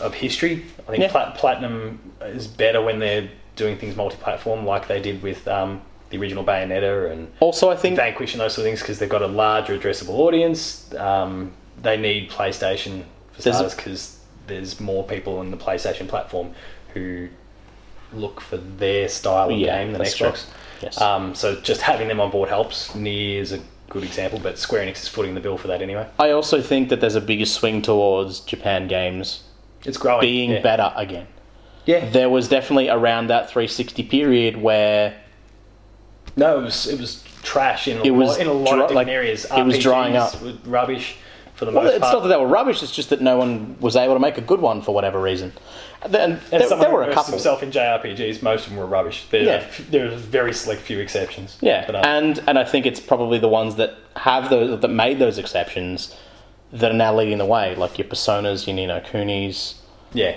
Speaker 1: of history. I think
Speaker 2: Yeah.
Speaker 1: plat- platinum is better when they're doing things multi-platform, like they did with um, the original Bayonetta and
Speaker 2: also, I think
Speaker 1: Vanquish and those sort of things, because they've got a larger addressable audience. Um, they need PlayStation for
Speaker 2: There's a-
Speaker 1: starters, because there's more people on the PlayStation platform who look for their style of
Speaker 2: Yeah,
Speaker 1: game than
Speaker 2: that's
Speaker 1: Xbox.
Speaker 2: true. Yes.
Speaker 1: Um, so just having them on board helps. Nier is a good example, but Square Enix is footing the bill for that anyway.
Speaker 2: I also think that there's a bigger swing towards Japan games
Speaker 1: It's growing.
Speaker 2: being
Speaker 1: yeah.
Speaker 2: better again.
Speaker 1: Yeah.
Speaker 2: There was definitely around that 360 period where
Speaker 1: No, it was it was trash in a
Speaker 2: It
Speaker 1: lot,
Speaker 2: was
Speaker 1: in a lot
Speaker 2: dry-
Speaker 1: of different
Speaker 2: like,
Speaker 1: areas.
Speaker 2: it was drying
Speaker 1: RPGs
Speaker 2: up.
Speaker 1: were rubbish for the
Speaker 2: Well,
Speaker 1: most
Speaker 2: it's
Speaker 1: part.
Speaker 2: not that they were rubbish. It's just that no one was able to make a good one for whatever reason. Then
Speaker 1: As
Speaker 2: there,
Speaker 1: someone
Speaker 2: there were
Speaker 1: who
Speaker 2: a
Speaker 1: immersed
Speaker 2: couple.
Speaker 1: himself in JRPGs, most of them were rubbish. There,
Speaker 2: Yeah.
Speaker 1: there are very select few exceptions.
Speaker 2: Yeah,
Speaker 1: But, um,
Speaker 2: and and I think it's probably the ones that have those that made those exceptions that are now leading the way, like your personas, your Nino Coonies,
Speaker 1: yeah.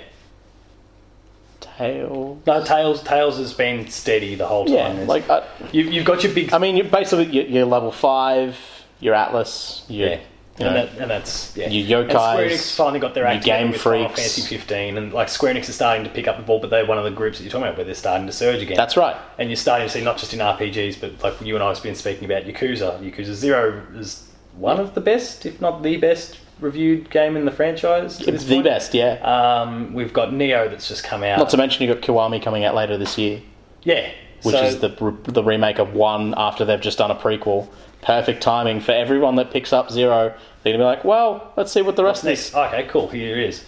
Speaker 2: Tail.
Speaker 1: No, Tails Tails has been steady the whole time.
Speaker 2: Yeah,
Speaker 1: It's-
Speaker 2: like um, I,
Speaker 1: you, you've got your big
Speaker 2: I mean, you're basically your, your level five, your Atlas, your
Speaker 1: Yeah.
Speaker 2: you
Speaker 1: and,
Speaker 2: know,
Speaker 1: that, and that's yeah.
Speaker 2: Your yokais,
Speaker 1: And Square Enix finally got their
Speaker 2: your
Speaker 1: act together
Speaker 2: Game
Speaker 1: with Final
Speaker 2: Freaks.
Speaker 1: Fantasy 15, and like Square Enix is starting to pick up the ball, but they're one of the groups that you're talking about where they're starting to surge again.
Speaker 2: that's right.
Speaker 1: and you're starting to see not just in RPGs, but like you and I have been speaking about Yakuza. Yakuza Zero is one of the best, if not the best, reviewed game in the franchise. to this
Speaker 2: It's the
Speaker 1: point.
Speaker 2: best, yeah.
Speaker 1: Um, we've got Neo that's just come out.
Speaker 2: Not to mention you have got Kiwami coming out later this year,
Speaker 1: yeah,
Speaker 2: which
Speaker 1: so-
Speaker 2: is the re- the remake of one after they've just done a prequel. Perfect timing for everyone that picks up Zero. They're gonna be like, well, let's see what the rest of
Speaker 1: next.
Speaker 2: this.
Speaker 1: Okay, cool. Here it is.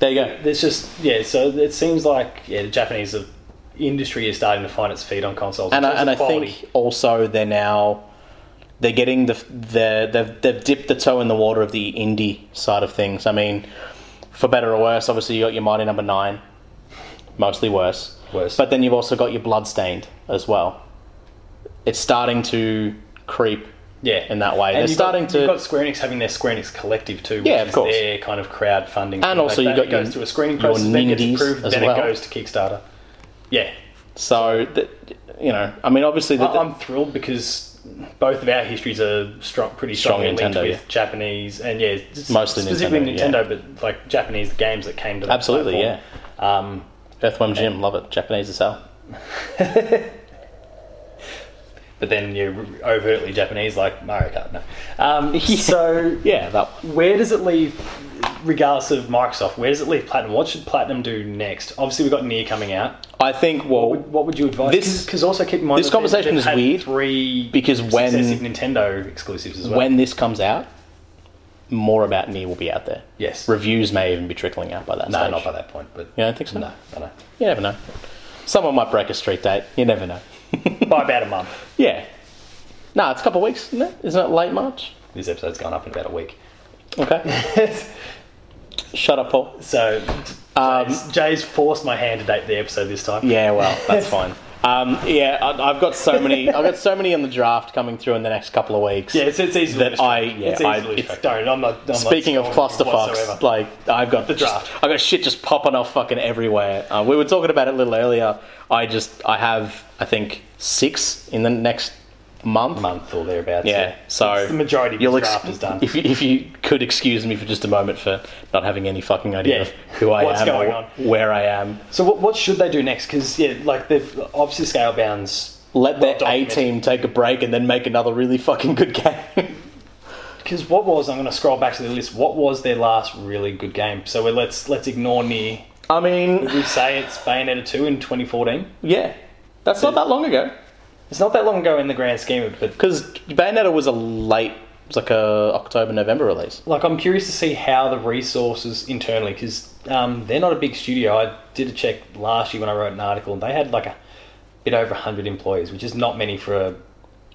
Speaker 2: There you go.
Speaker 1: There's just yeah. So it seems like yeah, the Japanese uh, industry is starting to find its feet on consoles. in
Speaker 2: and I,
Speaker 1: terms
Speaker 2: and I
Speaker 1: of quality.
Speaker 2: think also they're now they're getting the the they've they've dipped the toe in the water of the indie side of things. I mean, for better or worse, obviously you got your Mighty Number Nine, mostly worse,
Speaker 1: Worse.
Speaker 2: but then you've also got your Bloodstained as well. It's starting to creep.
Speaker 1: yeah,
Speaker 2: in that way. They're
Speaker 1: you've
Speaker 2: starting
Speaker 1: got,
Speaker 2: to-
Speaker 1: You've got Square Enix having their Square Enix collective too, which
Speaker 2: Yeah, of
Speaker 1: is
Speaker 2: course.
Speaker 1: their kind of crowdfunding.
Speaker 2: also
Speaker 1: you
Speaker 2: you've got
Speaker 1: it goes
Speaker 2: your-
Speaker 1: through a screening
Speaker 2: your
Speaker 1: process, then gets
Speaker 2: Nindies
Speaker 1: approved,
Speaker 2: as
Speaker 1: then
Speaker 2: well.
Speaker 1: it goes to Kickstarter. Yeah,
Speaker 2: So that you know, I mean, obviously, the,
Speaker 1: I- I'm thrilled because both of our histories are strong, pretty
Speaker 2: Strong
Speaker 1: strongly linked
Speaker 2: Nintendo,
Speaker 1: with Japanese and yeah, s-
Speaker 2: Mostly
Speaker 1: specifically
Speaker 2: Nintendo,
Speaker 1: Nintendo, but like Japanese games that came to that
Speaker 2: Absolutely,
Speaker 1: platform. Um,
Speaker 2: Earthworm Jim, love it, Japanese as hell.
Speaker 1: but then you're overtly Japanese, like Mario Kart. No. Um, So
Speaker 2: Yeah, that one.
Speaker 1: where does it leave, regardless of Microsoft? Where does it leave Platinum? What should Platinum do next? Obviously, we've got Near coming out.
Speaker 2: I think. Well,
Speaker 1: What would, what would you advise?
Speaker 2: This-
Speaker 1: because also keep in mind
Speaker 2: this
Speaker 1: that they-
Speaker 2: conversation
Speaker 1: they've
Speaker 2: is
Speaker 1: had
Speaker 2: weird
Speaker 1: Three
Speaker 2: because when-
Speaker 1: successive Nintendo exclusives as well.
Speaker 2: when this comes out, more about Nier will be out there.
Speaker 1: yes,
Speaker 2: Reviews may even be trickling out by that
Speaker 1: no,
Speaker 2: stage.
Speaker 1: not by that point, but
Speaker 2: You don't think so?
Speaker 1: no, I know.
Speaker 2: You never know. Someone might break a street date. You never know.
Speaker 1: by about a month.
Speaker 2: Yeah. No, it's a couple of weeks, isn't it? Isn't it late March?
Speaker 1: This episode's gone up in about a week.
Speaker 2: Okay. Shut up, Paul.
Speaker 1: so
Speaker 2: Um,
Speaker 1: Jay's, Jay's forced my hand to date the episode this time.
Speaker 2: Yeah, well, that's fine. Um, yeah, I, I've got so many. I've got so many on the draft coming through in the next couple of weeks.
Speaker 1: Yeah, it's, it's easily
Speaker 2: That I-
Speaker 1: distracting.
Speaker 2: yeah,
Speaker 1: it's
Speaker 2: I-
Speaker 1: easily
Speaker 2: it's-
Speaker 1: distracting. don't. I'm not. I'm
Speaker 2: Speaking of
Speaker 1: not scolding
Speaker 2: clusterfucks,
Speaker 1: whatsoever.
Speaker 2: like I've got the
Speaker 1: draft.
Speaker 2: I've got shit just popping off fucking everywhere. Uh, we were talking about it a little earlier. I just I have I think six in the next month.
Speaker 1: month or thereabouts.
Speaker 2: Yeah, so
Speaker 1: It's the majority of
Speaker 2: you'll
Speaker 1: the
Speaker 2: ex-
Speaker 1: draft is done.
Speaker 2: If you, if you could excuse me for just a moment for not having any fucking idea
Speaker 1: Yeah.
Speaker 2: of who I
Speaker 1: What's
Speaker 2: am, or
Speaker 1: going on?
Speaker 2: where I am,
Speaker 1: So what, what should they do next? Because yeah, like they've obviously scale bounds.
Speaker 2: let
Speaker 1: Well
Speaker 2: their A
Speaker 1: documented.
Speaker 2: team take a break and then make another really fucking good game.
Speaker 1: Because what was I'm going to scroll back to the list. What was their last really good game? So we let's let's ignore near.
Speaker 2: I mean,
Speaker 1: We say it's Bayonetta two in 2014.
Speaker 2: yeah, that's not that long ago.
Speaker 1: It's not that long ago in the grand scheme of it, but
Speaker 2: Because Bayonetta was a late, it was like a October November release.
Speaker 1: like I'm curious to see how the resources internally because um, they're not a big studio. I did a check last year when I wrote an article, and they had like a bit over 100 employees, which is not many for a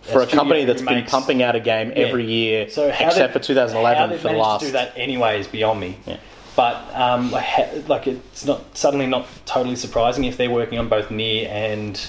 Speaker 2: For a
Speaker 1: studio
Speaker 2: company
Speaker 1: who
Speaker 2: that's been
Speaker 1: makes-
Speaker 2: pumping out a game every year,
Speaker 1: So how
Speaker 2: except
Speaker 1: they-
Speaker 2: for
Speaker 1: how
Speaker 2: 2011
Speaker 1: they've
Speaker 2: for the
Speaker 1: managed
Speaker 2: last.
Speaker 1: to do that anyway is beyond me.
Speaker 2: Yeah.
Speaker 1: But um, like, ha- like it's not suddenly not totally surprising if they're working on both Near and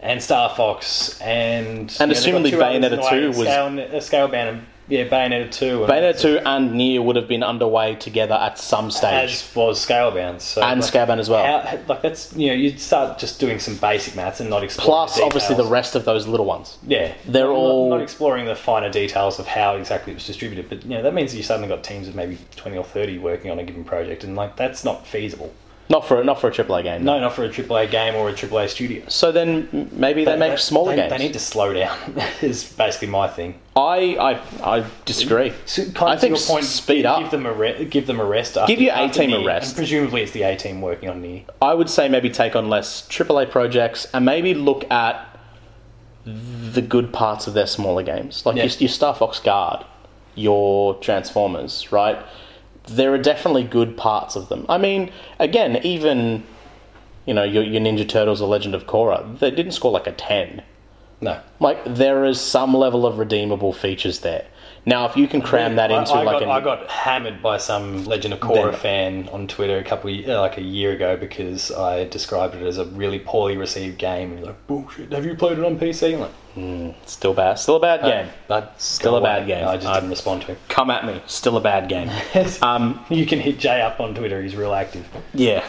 Speaker 1: and Star Fox and
Speaker 2: And
Speaker 1: they've got
Speaker 2: assumingly
Speaker 1: two others in
Speaker 2: Bayonetta
Speaker 1: the way,
Speaker 2: 2 was-
Speaker 1: scale, uh, scale bound and yeah Bayonetta two and
Speaker 2: Bayonetta 2 and Nier would have been underway together at some stage.
Speaker 1: as was scale bound so
Speaker 2: and
Speaker 1: like,
Speaker 2: Scaban as well.
Speaker 1: How, like that's you know you start just doing some basic maths and not exploring
Speaker 2: Plus,
Speaker 1: the
Speaker 2: obviously, the
Speaker 1: details.
Speaker 2: rest of those little ones.
Speaker 1: yeah
Speaker 2: they're
Speaker 1: not,
Speaker 2: all-
Speaker 1: not exploring the finer details of how exactly it was distributed but you know that means you suddenly got teams of maybe 20 or 30 working on a given project and like that's not feasible
Speaker 2: Not for not for a AAA game.
Speaker 1: no not for a AAA game or a AAA studio
Speaker 2: So then m- maybe they, make smaller
Speaker 1: they,
Speaker 2: games.
Speaker 1: they need to slow down is basically my thing
Speaker 2: I, I I disagree.
Speaker 1: so kind
Speaker 2: I
Speaker 1: of
Speaker 2: think
Speaker 1: to your point
Speaker 2: speed
Speaker 1: give,
Speaker 2: up.
Speaker 1: give them a re- give them a rest after,
Speaker 2: Give your A
Speaker 1: after
Speaker 2: team a
Speaker 1: the- and
Speaker 2: rest.
Speaker 1: presumably it's the A team working on the
Speaker 2: I would say maybe take on less AAA projects and maybe look at the good parts of their smaller games, like
Speaker 1: Yeah.
Speaker 2: your, your Star Fox Guard, your Transformers, right? There are definitely good parts of them. I mean, again, even you know your, your Ninja Turtles, or Legend of Korra, they didn't score like a ten.
Speaker 1: no
Speaker 2: Like there is some level of redeemable features there. Now, if you can cram that
Speaker 1: I-
Speaker 2: into
Speaker 1: I,
Speaker 2: like
Speaker 1: got,
Speaker 2: an,
Speaker 1: I got hammered by some Legend of Korra
Speaker 2: Then-
Speaker 1: fan on Twitter a couple of, uh, like a year ago because I described it as a really poorly received game and he's like bullshit. Have you played it on PC? I'm like,
Speaker 2: still bad, still a bad game.
Speaker 1: that's
Speaker 2: Still a bad game.
Speaker 1: I just
Speaker 2: I-
Speaker 1: didn't respond to him.
Speaker 2: Uh, Come at me, still a bad game. Um,
Speaker 1: you can hit Jay up on Twitter. He's real active.
Speaker 2: Yeah.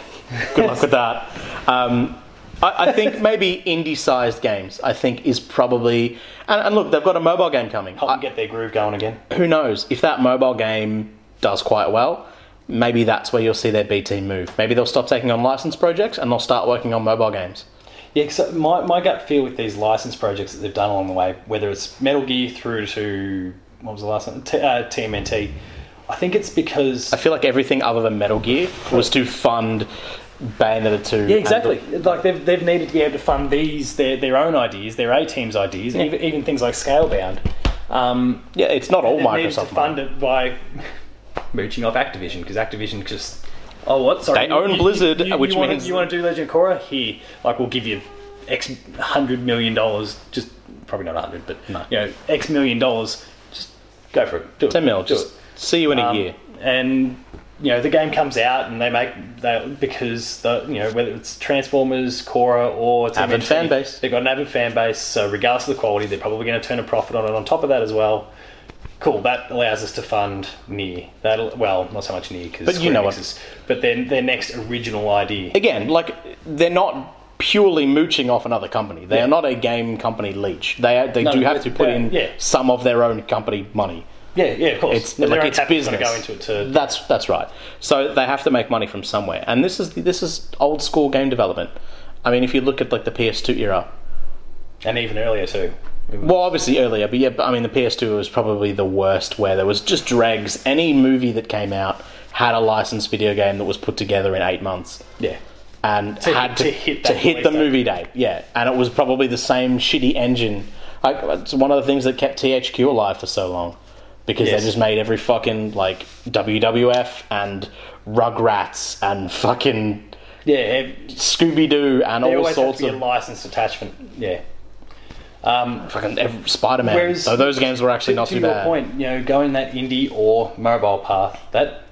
Speaker 2: Good luck with that. Um, I, I think maybe indie-sized games. I think is probably and, and look, they've got a mobile game coming.
Speaker 1: Help
Speaker 2: I-
Speaker 1: them get their groove going again.
Speaker 2: who knows if that mobile game does quite well? Maybe that's where you'll see their B team move. Maybe they'll stop taking on licensed projects and they'll start working on mobile games.
Speaker 1: Yeah, so my, my gut feel with these license projects that they've done along the way, whether it's Metal Gear through to what was the last one, T- uh, TMNT, I think it's because
Speaker 2: I feel like everything other than Metal Gear was to fund Bayonetta two.
Speaker 1: Yeah, exactly. Like they've, they've needed to be able to fund these their, their own ideas, their A team's ideas, and even, even things like Scalebound. Um,
Speaker 2: yeah, it's not all
Speaker 1: they've needed to
Speaker 2: Microsoft. money.
Speaker 1: fund it by mooching off Activision because Activision just oh what sorry
Speaker 2: They own Blizzard, which
Speaker 1: wanna-
Speaker 2: means-
Speaker 1: you want to do Legend of Korra here like we'll give you X hundred million dollars just probably not a hundred but
Speaker 2: No.
Speaker 1: you know X million dollars just go for it do it
Speaker 2: Ten mil.
Speaker 1: do
Speaker 2: Just
Speaker 1: it.
Speaker 2: see you in a
Speaker 1: Um,
Speaker 2: year.
Speaker 1: And you know the game comes out, and they make they because the you know whether it's Transformers, Korra, or TMNT,
Speaker 2: Avid fan base.
Speaker 1: they've got an avid fan base. So regardless of the quality, they're probably going to turn a profit on it. On top of that, as well, cool. That allows us to fund near that. Well, not so much near because
Speaker 2: But you know what-
Speaker 1: but then their next original idea.
Speaker 2: again, like they're not purely mooching off another company. They are not a game company leech. They are- they
Speaker 1: No,
Speaker 2: do have
Speaker 1: it's-
Speaker 2: to put
Speaker 1: yeah,
Speaker 2: in
Speaker 1: yeah.
Speaker 2: some of their own company money.
Speaker 1: Yeah, yeah, of course.
Speaker 2: It's
Speaker 1: But their
Speaker 2: like
Speaker 1: own
Speaker 2: it's
Speaker 1: capital's
Speaker 2: business.
Speaker 1: gotta go into it to
Speaker 2: That's that's right. So they have to make money from somewhere, and this is this is old school game development. I mean, if you look at like the PS2 era,
Speaker 1: and even earlier too.
Speaker 2: well, obviously earlier, but yeah, but I mean, the PS2 was probably the worst, where there was just dregs. Any movie that came out had a licensed video game that was put together in eight months
Speaker 1: Yeah.
Speaker 2: and
Speaker 1: To-
Speaker 2: had to,
Speaker 1: to
Speaker 2: to
Speaker 1: hit that
Speaker 2: hit, the
Speaker 1: release date.
Speaker 2: movie date. Yeah, and it was probably the same shitty engine. Like it's one of the things that kept THQ alive for so long because
Speaker 1: Yes.
Speaker 2: they just made every fucking like WWF and Rugrats and fucking
Speaker 1: Yeah, ev-
Speaker 2: Scooby Doo and
Speaker 1: there
Speaker 2: all
Speaker 1: always has
Speaker 2: sorts
Speaker 1: to be a
Speaker 2: of
Speaker 1: licensed attachment. Yeah. Um,
Speaker 2: fucking Spider Man.
Speaker 1: Whereas-
Speaker 2: So those games were actually
Speaker 1: to,
Speaker 2: not
Speaker 1: to
Speaker 2: too
Speaker 1: your
Speaker 2: bad.
Speaker 1: point, you know, going that indie or mobile path, that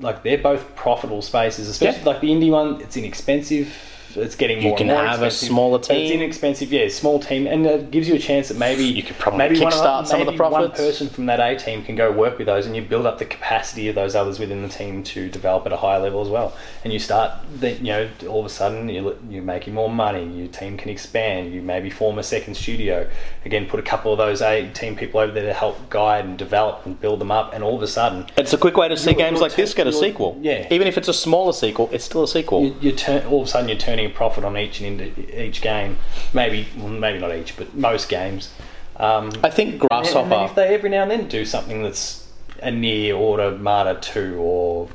Speaker 1: like they're both profitable spaces. Especially
Speaker 2: Yeah.
Speaker 1: like the indie one, it's inexpensive. It's getting more.
Speaker 2: can
Speaker 1: and more
Speaker 2: have a
Speaker 1: expensive.
Speaker 2: smaller
Speaker 1: But It's
Speaker 2: team.
Speaker 1: inexpensive, yeah, small team, and it gives you a chance that maybe
Speaker 2: You could probably
Speaker 1: maybe one
Speaker 2: kickstart some of the
Speaker 1: maybe One
Speaker 2: profits.
Speaker 1: person from that A team can go work with those, and you build up the capacity of those others within the team to develop at a higher level as well. And you start, that you know, all of a sudden you're, you're making more money. Your team can expand. You maybe form a second studio. Again, put a couple of those A team people over there to help guide and develop and build them up. And all of a sudden,
Speaker 2: It's a quick way to see
Speaker 1: You'll-
Speaker 2: games
Speaker 1: you'll
Speaker 2: like this
Speaker 1: take-
Speaker 2: get a
Speaker 1: you'll-
Speaker 2: sequel.
Speaker 1: yeah.
Speaker 2: Even if it's a smaller sequel, it's still a sequel.
Speaker 1: you, you turn all of a sudden you're turning a profit on each and into each game. Maybe well, maybe not each, but most games. Um,
Speaker 2: I think
Speaker 1: and, and then
Speaker 2: Grasshopper.
Speaker 1: if they every now and then do something that's a near Automata two or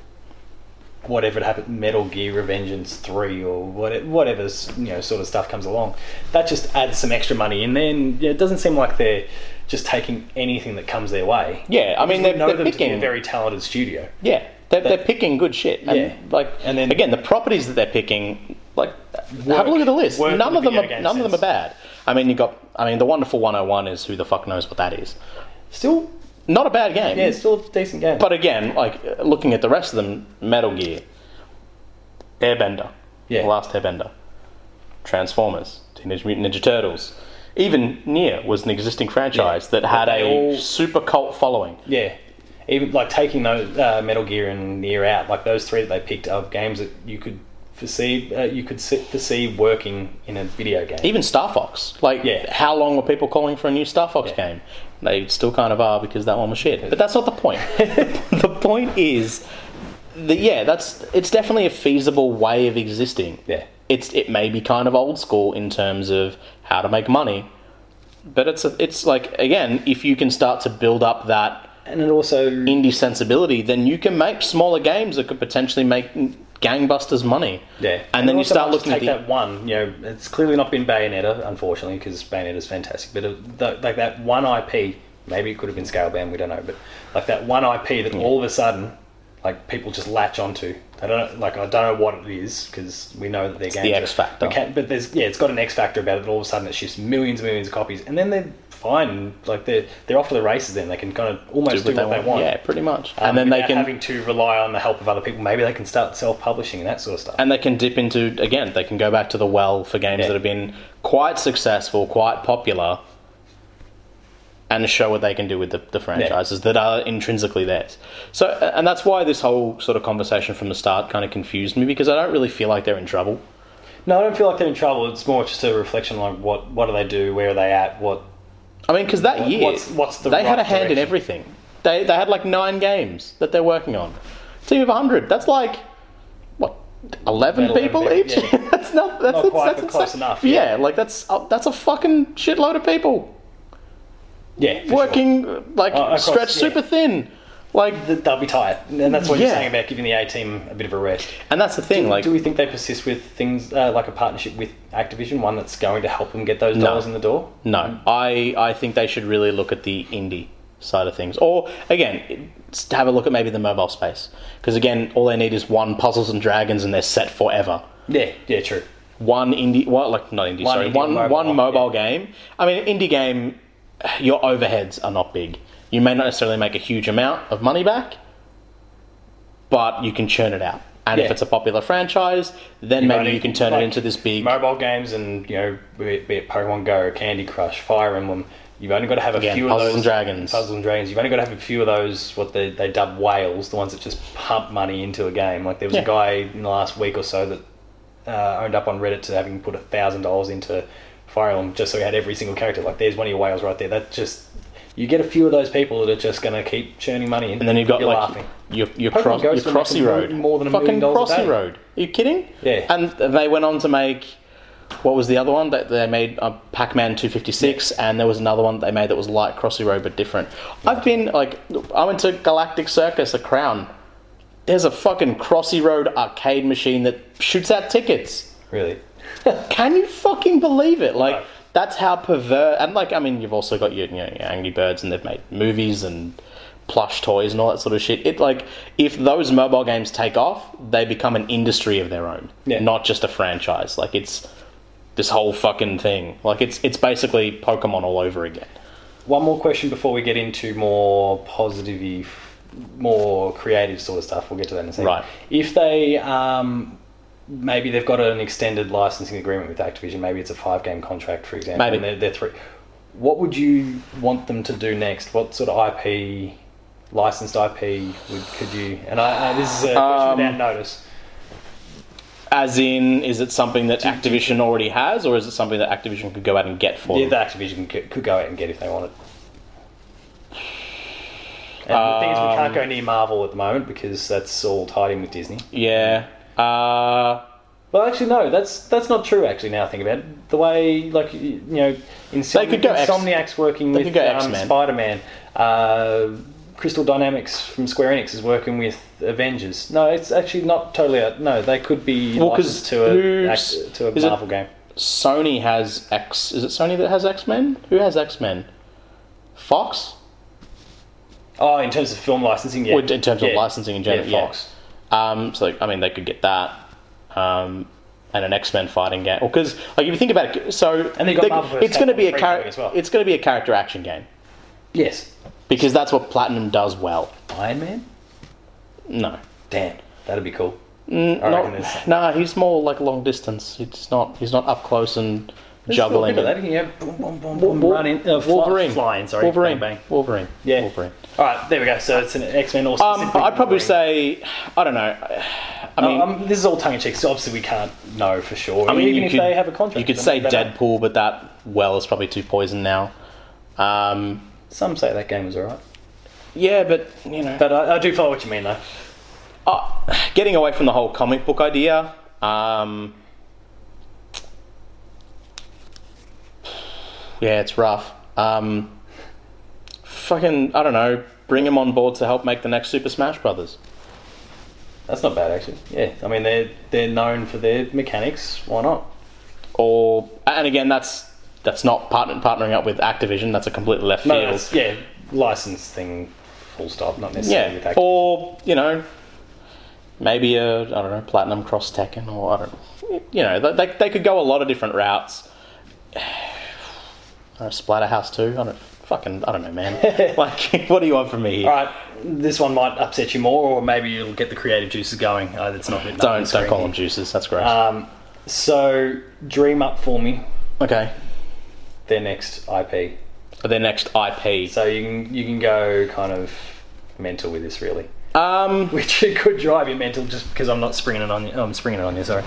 Speaker 1: whatever it happened, Metal Gear Revengeance three or whatever, whatever you know sort of stuff comes along, that just adds some extra money. And then yeah, it doesn't seem like they're just taking anything that comes their way.
Speaker 2: yeah, I mean,
Speaker 1: they
Speaker 2: they're,
Speaker 1: know
Speaker 2: they're
Speaker 1: them to be a
Speaker 2: picking.
Speaker 1: very talented studio.
Speaker 2: Yeah, they're, they're picking good shit. And
Speaker 1: Yeah.
Speaker 2: like
Speaker 1: And
Speaker 2: and
Speaker 1: then-
Speaker 2: then again, the properties that they're picking, like have a look at the list.
Speaker 1: work
Speaker 2: None
Speaker 1: with
Speaker 2: of
Speaker 1: the
Speaker 2: them, are,
Speaker 1: video game
Speaker 2: none of them
Speaker 1: sense.
Speaker 2: are bad. I mean, you got, I mean, the wonderful 101 is who the fuck knows what that is.
Speaker 1: Still,
Speaker 2: Not a bad game.
Speaker 1: yeah, it's still a decent game.
Speaker 2: But again, like uh, looking at the rest of them, Metal Gear, Airbender,
Speaker 1: Yeah.
Speaker 2: The Last Airbender, Transformers, Teenage Mutant Ninja Turtles. Even Nier was an existing franchise that had
Speaker 1: they
Speaker 2: a
Speaker 1: all-
Speaker 2: super cult following.
Speaker 1: Yeah, even like taking those uh, Metal Gear and Near out, like those three that they picked are games that you could foresee, uh, you could se- foresee working in a video game.
Speaker 2: even Star Fox. Like,
Speaker 1: Yeah.
Speaker 2: how long were people calling for a new Star Fox
Speaker 1: Yeah.
Speaker 2: game? They still kind of are because that one was shit. But that's not the point. the point is that yeah, that's it's definitely a feasible way of existing.
Speaker 1: Yeah.
Speaker 2: It's it may be kind of old school in terms of how to make money, but it's a, it's like again, if you can start to build up that
Speaker 1: And it also,
Speaker 2: indie sensibility, then you can make smaller games that could potentially make gangbusters money.
Speaker 1: yeah,
Speaker 2: and, then you
Speaker 1: also
Speaker 2: start
Speaker 1: not just
Speaker 2: looking at
Speaker 1: take that
Speaker 2: the
Speaker 1: one. You know, it's clearly not been Bayonetta, unfortunately, because Bayonetta's fantastic. But it, th like that one IP, maybe it could have been Scalebound, we don't know. But like that one IP that all of a sudden. Like people just latch onto. I don't like. I don't know what it is because we know that they're games.
Speaker 2: the
Speaker 1: are-
Speaker 2: X factor.
Speaker 1: Okay, but there's yeah, it's got an X factor about it. And all of a sudden, it shifts millions and millions of copies, and then they're fine. Like they're they're off to the races. Then they can kind of almost do what, they, want.
Speaker 2: Yeah, pretty much.
Speaker 1: Um,
Speaker 2: and then they
Speaker 1: without
Speaker 2: can
Speaker 1: having to rely on the help of other people. Maybe they can start self publishing and that sort of stuff.
Speaker 2: and they can dip into again they can go back to the well for games
Speaker 1: Yeah.
Speaker 2: that have been quite successful quite popular and show what they can do with the, the franchises that are intrinsically theirs so a- and that's why this whole sort of conversation from the start kind of confused me because i don't really feel like they're in trouble
Speaker 1: no, I don't feel like they're in trouble. It's more just a reflection like what what do they do? Where are they at? What
Speaker 2: i mean because that
Speaker 1: What-
Speaker 2: year
Speaker 1: what's- what's the
Speaker 2: they had
Speaker 1: right
Speaker 2: a hand
Speaker 1: direction?
Speaker 2: in everything they, they had like nine games that they're working on team of 100 that's like what 11
Speaker 1: 11
Speaker 2: people
Speaker 1: people,
Speaker 2: each
Speaker 1: yeah.
Speaker 2: that's not that's,
Speaker 1: Not quite,
Speaker 2: that's
Speaker 1: but close
Speaker 2: insane.
Speaker 1: enough, yeah.
Speaker 2: yeah, like that's uh, that's a fucking shitload of people
Speaker 1: yeah, for sure. Uh,
Speaker 2: working like
Speaker 1: across-
Speaker 2: stretched
Speaker 1: yeah.
Speaker 2: super thin like
Speaker 1: Th- They'll be tired, and that's what you're
Speaker 2: Yeah.
Speaker 1: saying about giving the A team a bit of a rest.
Speaker 2: and that's the thing like
Speaker 1: do we think they persist with things uh, like a partnership with Activision, one that's going to help them get those dollars in the door?
Speaker 2: no i i think they should really look at the indie side of things or again it's to have a look at maybe the mobile space because again all they need is one puzzles and dragons and they're set forever
Speaker 1: Yeah, yeah, true.
Speaker 2: one indie well like not indie
Speaker 1: One
Speaker 2: sorry
Speaker 1: indie
Speaker 2: one
Speaker 1: mobile,
Speaker 2: one mobile game i mean an indie game your overheads are not big you may not necessarily make a huge amount of money back but you can churn it out and
Speaker 1: Yeah.
Speaker 2: if it's a popular franchise then maybe
Speaker 1: only-
Speaker 2: you can turn
Speaker 1: like,
Speaker 2: it into this big
Speaker 1: Mobile games and, you know, be it, be it Pokemon Go, Candy Crush, Fire Emblem, you've only got to have a
Speaker 2: Again,
Speaker 1: few of
Speaker 2: Puzzles
Speaker 1: those.
Speaker 2: and Dragons.
Speaker 1: Puzzles and Dragons. You've only got to have a few of those, what they, they dub whales, the ones that just pump money into a game. Like there was
Speaker 2: Yeah.
Speaker 1: a guy in the last week or so that uh, owned up on Reddit to having put a thousand dollars into Fire Emblem just so he had every single character. Like, there's one of your whales right there. That just you get a few of those people that are just going to keep churning money, in.
Speaker 2: And then you've got
Speaker 1: You're
Speaker 2: like
Speaker 1: laughing.
Speaker 2: your your,
Speaker 1: Pokemon
Speaker 2: cross, your
Speaker 1: Ghost will make
Speaker 2: Crossy
Speaker 1: more-
Speaker 2: Road,
Speaker 1: more than a
Speaker 2: fucking
Speaker 1: million dollars a
Speaker 2: Crossy
Speaker 1: day.
Speaker 2: Road. Are you kidding?
Speaker 1: Yeah.
Speaker 2: And they went on to make what was the other one that they made? Uh, Pac Man two fifty six, and there was another one they made that was like Crossy Road but different. I've been like, I went to Galactic Circus, the Crown. There's a fucking Crossy Road arcade machine that shoots out tickets.
Speaker 1: Really,
Speaker 2: Can you fucking believe it? Like
Speaker 1: No.
Speaker 2: that's how pervert. And like I mean, you've also got your, you know, your Angry Birds, and they've made movies and plush toys and all that sort of shit. It like if those mobile games take off, they become an industry of their own,
Speaker 1: Yeah.
Speaker 2: not just a franchise. Like it's this whole fucking thing. Like it's it's basically Pokemon all over again.
Speaker 1: One more question before we get into more positive, more creative sort of stuff. We'll get to that in a second.
Speaker 2: Right.
Speaker 1: If they, um, maybe they've got an extended licensing agreement with Activision. Maybe it's a five-game contract, for example.
Speaker 2: Maybe.
Speaker 1: and they're, they're three. What would you want them to do next? What sort of IP, licensed IP, would, could you? And I, I, this is a question
Speaker 2: Um,
Speaker 1: without notice.
Speaker 2: As in, is it something that Activision already has, or is it something that Activision could go out and get for
Speaker 1: Yeah,
Speaker 2: them?
Speaker 1: that Activision could, could go out and get if they wanted. And the thing is, we can't
Speaker 2: Um,
Speaker 1: go near Marvel at the moment because that's all tied in with Disney.
Speaker 2: Yeah. Uh,
Speaker 1: Well, actually, no. That's that's not true. Actually, now I think about it, the way like y- you know, Insomni-
Speaker 2: They could go X-
Speaker 1: Insomniac's working
Speaker 2: they
Speaker 1: with
Speaker 2: could go
Speaker 1: um,
Speaker 2: X-Men.
Speaker 1: Spider-Man. Uh, Crystal Dynamics from Square Enix is working with Avengers. No, it's actually not totally out. No, they could be
Speaker 2: Well, 'cause
Speaker 1: licensed to a
Speaker 2: who's-
Speaker 1: ac- to a
Speaker 2: is it-
Speaker 1: Marvel game.
Speaker 2: Sony has X. Is it Sony that has X Men? Who has X Men? Fox.
Speaker 1: Oh, in terms of film licensing, yeah.
Speaker 2: Or in terms of
Speaker 1: Yeah.
Speaker 2: licensing in general,
Speaker 1: yeah,
Speaker 2: yeah.
Speaker 1: Fox.
Speaker 2: Um, so I mean, they could get that, um, and an X Men fighting game. Because like if you think about it, so
Speaker 1: And they've got Marvel vs.
Speaker 2: it's going to be a
Speaker 1: Capcom
Speaker 2: character.
Speaker 1: free as well.
Speaker 2: It's going to be a character action game
Speaker 1: Yes,
Speaker 2: because that's what Platinum does well.
Speaker 1: Iron Man.
Speaker 2: No,
Speaker 1: Damn, that'd be cool. I reckon there's-
Speaker 2: not, nah, he's more like long distance. It's not. He's not up close and
Speaker 1: Let's talk
Speaker 2: juggling.
Speaker 1: about
Speaker 2: and-
Speaker 1: that. You can go boom, boom, boom,
Speaker 2: Wol-
Speaker 1: boom,
Speaker 2: Wol-
Speaker 1: run in, uh, fly-
Speaker 2: Wolverine,
Speaker 1: flying, sorry,
Speaker 2: Wolverine,
Speaker 1: bang, bang.
Speaker 2: Wolverine,
Speaker 1: Yeah.
Speaker 2: Wolverine.
Speaker 1: All right, there we go. So it's an X Men or
Speaker 2: Um,
Speaker 1: specifically
Speaker 2: I'd probably
Speaker 1: Wolverine.
Speaker 2: say, I don't know. I mean,
Speaker 1: Um, this is all tongue in cheek, so obviously we can't know for sure.
Speaker 2: I mean,
Speaker 1: even
Speaker 2: you
Speaker 1: if
Speaker 2: could,
Speaker 1: they have a contract,
Speaker 2: you could
Speaker 1: then
Speaker 2: say
Speaker 1: they don't.
Speaker 2: Deadpool, but that well is probably too poison now. Um,
Speaker 1: Some say that game was alright,
Speaker 2: yeah, but you know,
Speaker 1: but I, I do follow what you mean, though.
Speaker 2: uh, getting away from the whole comic book idea. Um, yeah, it's rough. Um, fucking, I don't know. Bring him on board to help make the next Super Smash Brothers.
Speaker 1: That's not bad, actually. Yeah, I mean they're they're known for their mechanics. Why not?
Speaker 2: or and again that's that's not partner, partnering up with Activision. That's a completely left
Speaker 1: No,
Speaker 2: field.
Speaker 1: that's- yeah, license thing, full stop. Not necessarily with
Speaker 2: yeah,
Speaker 1: Activision.
Speaker 2: or you know, maybe a I don't know Platinum Cross Tekken or I don't know. you know they, they, they could go a lot of different routes. Uh, Splatterhouse too. I don't fucking I don't know, man. like, what do you want from me? Here?
Speaker 1: All right, this one might upset you more, or maybe you'll get the creative juices going. Oh, that's not.
Speaker 2: Don't don't call them juices. That's gross.
Speaker 1: Um, so dream up for me
Speaker 2: okay,
Speaker 1: their next IP.
Speaker 2: but their next IP.
Speaker 1: So you can you can go kind of mental with this, really.
Speaker 2: um,
Speaker 1: Which it could drive you mental just because I'm not springing it on you. Oh, I'm springing it on you, sorry.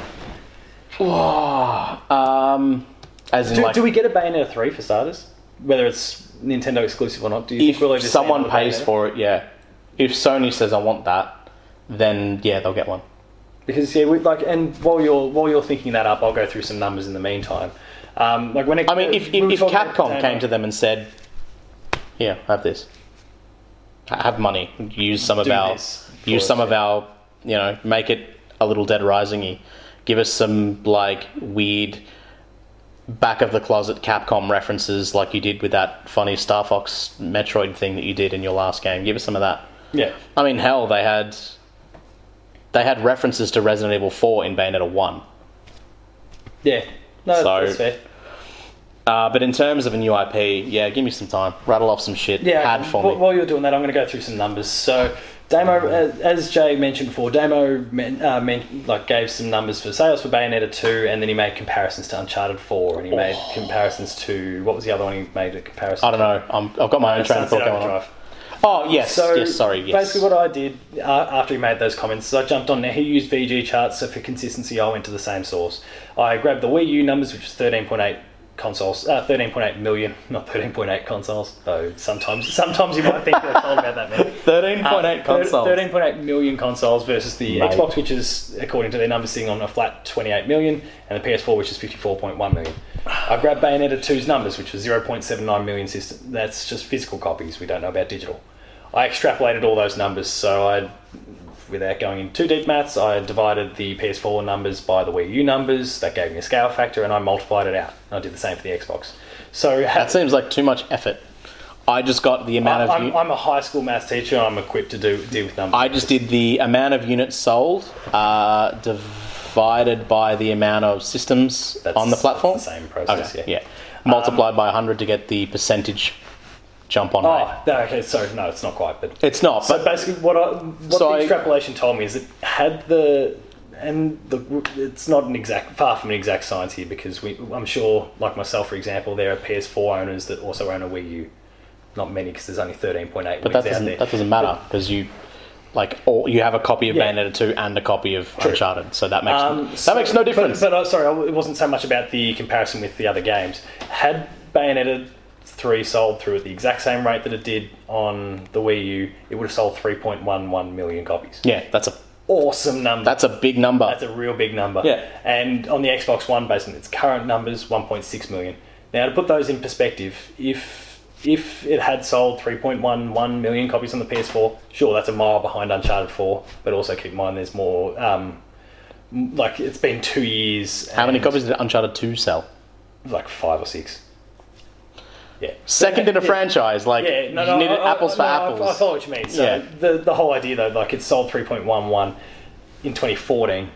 Speaker 2: whoa, um, as in
Speaker 1: Do,
Speaker 2: like,
Speaker 1: do we get a Bayonetta 3 for starters? Whether it's Nintendo exclusive or not, do you
Speaker 2: if
Speaker 1: think we'll just
Speaker 2: someone
Speaker 1: end with
Speaker 2: pays
Speaker 1: Bayonetta?
Speaker 2: for it, yeah. If Sony says I want that, then yeah, they'll get one.
Speaker 1: Because yeah, we, like, and while you're while you're thinking that up, I'll go through some numbers in the meantime. Um, like when it,
Speaker 2: I mean, if
Speaker 1: we
Speaker 2: if,
Speaker 1: were
Speaker 2: if
Speaker 1: talking about
Speaker 2: Capcom
Speaker 1: Bayonetta.
Speaker 2: came to them and said, "Here, have this. Ha- Have money. Use some of
Speaker 1: Do
Speaker 2: our
Speaker 1: this for
Speaker 2: use
Speaker 1: us,
Speaker 2: some of
Speaker 1: yeah."
Speaker 2: our you know make it a little Dead Risingy. Give us some like weird." Back of the closet Capcom references, like you did with that funny Star Fox Metroid thing that you did in your last game. Give us some of that.
Speaker 1: yeah,
Speaker 2: I mean, hell, they had they had references to Resident Evil Four in Bayonetta One.
Speaker 1: yeah, no,
Speaker 2: So-
Speaker 1: that's fair.
Speaker 2: Uh, but in terms of a new IP, yeah, give me some time. Rattle off some shit.
Speaker 1: Yeah,
Speaker 2: had for
Speaker 1: wh-
Speaker 2: me.
Speaker 1: While you're doing that, I'm going to go through some numbers. So, Damo,
Speaker 2: Um,
Speaker 1: as- as Jay mentioned before, Damo men, uh, men, like gave some numbers for sales for Bayonetta two, and then he made comparisons to Uncharted four, and he made
Speaker 2: Oh.
Speaker 1: comparisons to what was the other one he made a comparison?
Speaker 2: I don't know. I'm, I've got my own train of thought going on. Oh yes,
Speaker 1: So
Speaker 2: yes. Sorry, yes.
Speaker 1: Basically, what I did uh, after he made those comments is I jumped on there. He used VG charts, so for consistency, I went to the same source. I grabbed the Wii U numbers, which is thirteen point eight consoles, uh, thirteen point eight million, not thirteen point eight consoles. Though sometimes, sometimes you might think they're told about that many.
Speaker 2: Thirteen point eight consoles.
Speaker 1: Uh, Thirteen point eight million consoles versus the
Speaker 2: Mate.
Speaker 1: Xbox, which is according to their numbers sitting on a flat twenty eight million, and the PS4, which is fifty four point one million. I grabbed Bayonetta 2's numbers, which was zero point seven nine million system. That's just physical copies. We don't know about digital. I extrapolated all those numbers, so I, without going into too deep maths, I divided the PS4 numbers by the Wii U numbers. That gave me a scale factor, and I multiplied it out. I did the same for the Xbox. So
Speaker 2: That seems like too much effort. I just got the amount of.
Speaker 1: I'm,
Speaker 2: u-
Speaker 1: I'm a high school maths teacher. and I'm equipped to do deal with numbers.
Speaker 2: I just did the amount of units sold uh, divided by the amount of systems
Speaker 1: That's-
Speaker 2: on the
Speaker 1: that's
Speaker 2: platform.
Speaker 1: the same process,
Speaker 2: Okay,
Speaker 1: yeah.
Speaker 2: Multiplied by 100 to get the percentage jump on
Speaker 1: Oh, no, okay, sorry, no, it's not quite. But
Speaker 2: It's not,
Speaker 1: so
Speaker 2: but
Speaker 1: basically, what I, what
Speaker 2: So
Speaker 1: the
Speaker 2: I-
Speaker 1: extrapolation told me is that had the and the it's not an exact far from an exact science here because we I'm sure like myself for example there are PS4 owners that also own a Wii U. Not many because there's only 13.8
Speaker 2: but that
Speaker 1: Wii's out
Speaker 2: doesn't
Speaker 1: there.
Speaker 2: that doesn't matter because you like all, you have a copy of
Speaker 1: Yeah.
Speaker 2: Bayonetta 2 and a copy of Uncharted, so that makes
Speaker 1: Um,
Speaker 2: that
Speaker 1: so-
Speaker 2: makes no
Speaker 1: but-
Speaker 2: difference.
Speaker 1: But, uh, sorry, I- it wasn't so much about the comparison with the other games. Had Bayonetta 3 sold through at the exact same rate that it did on the Wii U, it would have sold 3.11 million copies.
Speaker 2: yeah, that's a
Speaker 1: Awesome number.
Speaker 2: that's a big number.
Speaker 1: That's a real big number.
Speaker 2: Yeah.
Speaker 1: And on the Xbox One, based on its current numbers, 1.6 million. Now, to put those in perspective, if if it had sold 3.11 million copies on the PS4, sure, that's a mile behind Uncharted 4. But also keep in mind, there's more. Um, m- like it's been two years.
Speaker 2: How many
Speaker 1: and-
Speaker 2: copies did Uncharted 2 sell?
Speaker 1: Like five or six. Yeah.
Speaker 2: Second in a
Speaker 1: Yeah.
Speaker 2: franchise, like
Speaker 1: Yeah, no,
Speaker 2: you
Speaker 1: no,
Speaker 2: needed
Speaker 1: I- I-
Speaker 2: apples for
Speaker 1: no, I-
Speaker 2: apples.
Speaker 1: I, follow what you mean. So
Speaker 2: Yeah.
Speaker 1: the the whole idea though, like it sold three point one one in twenty fourteen.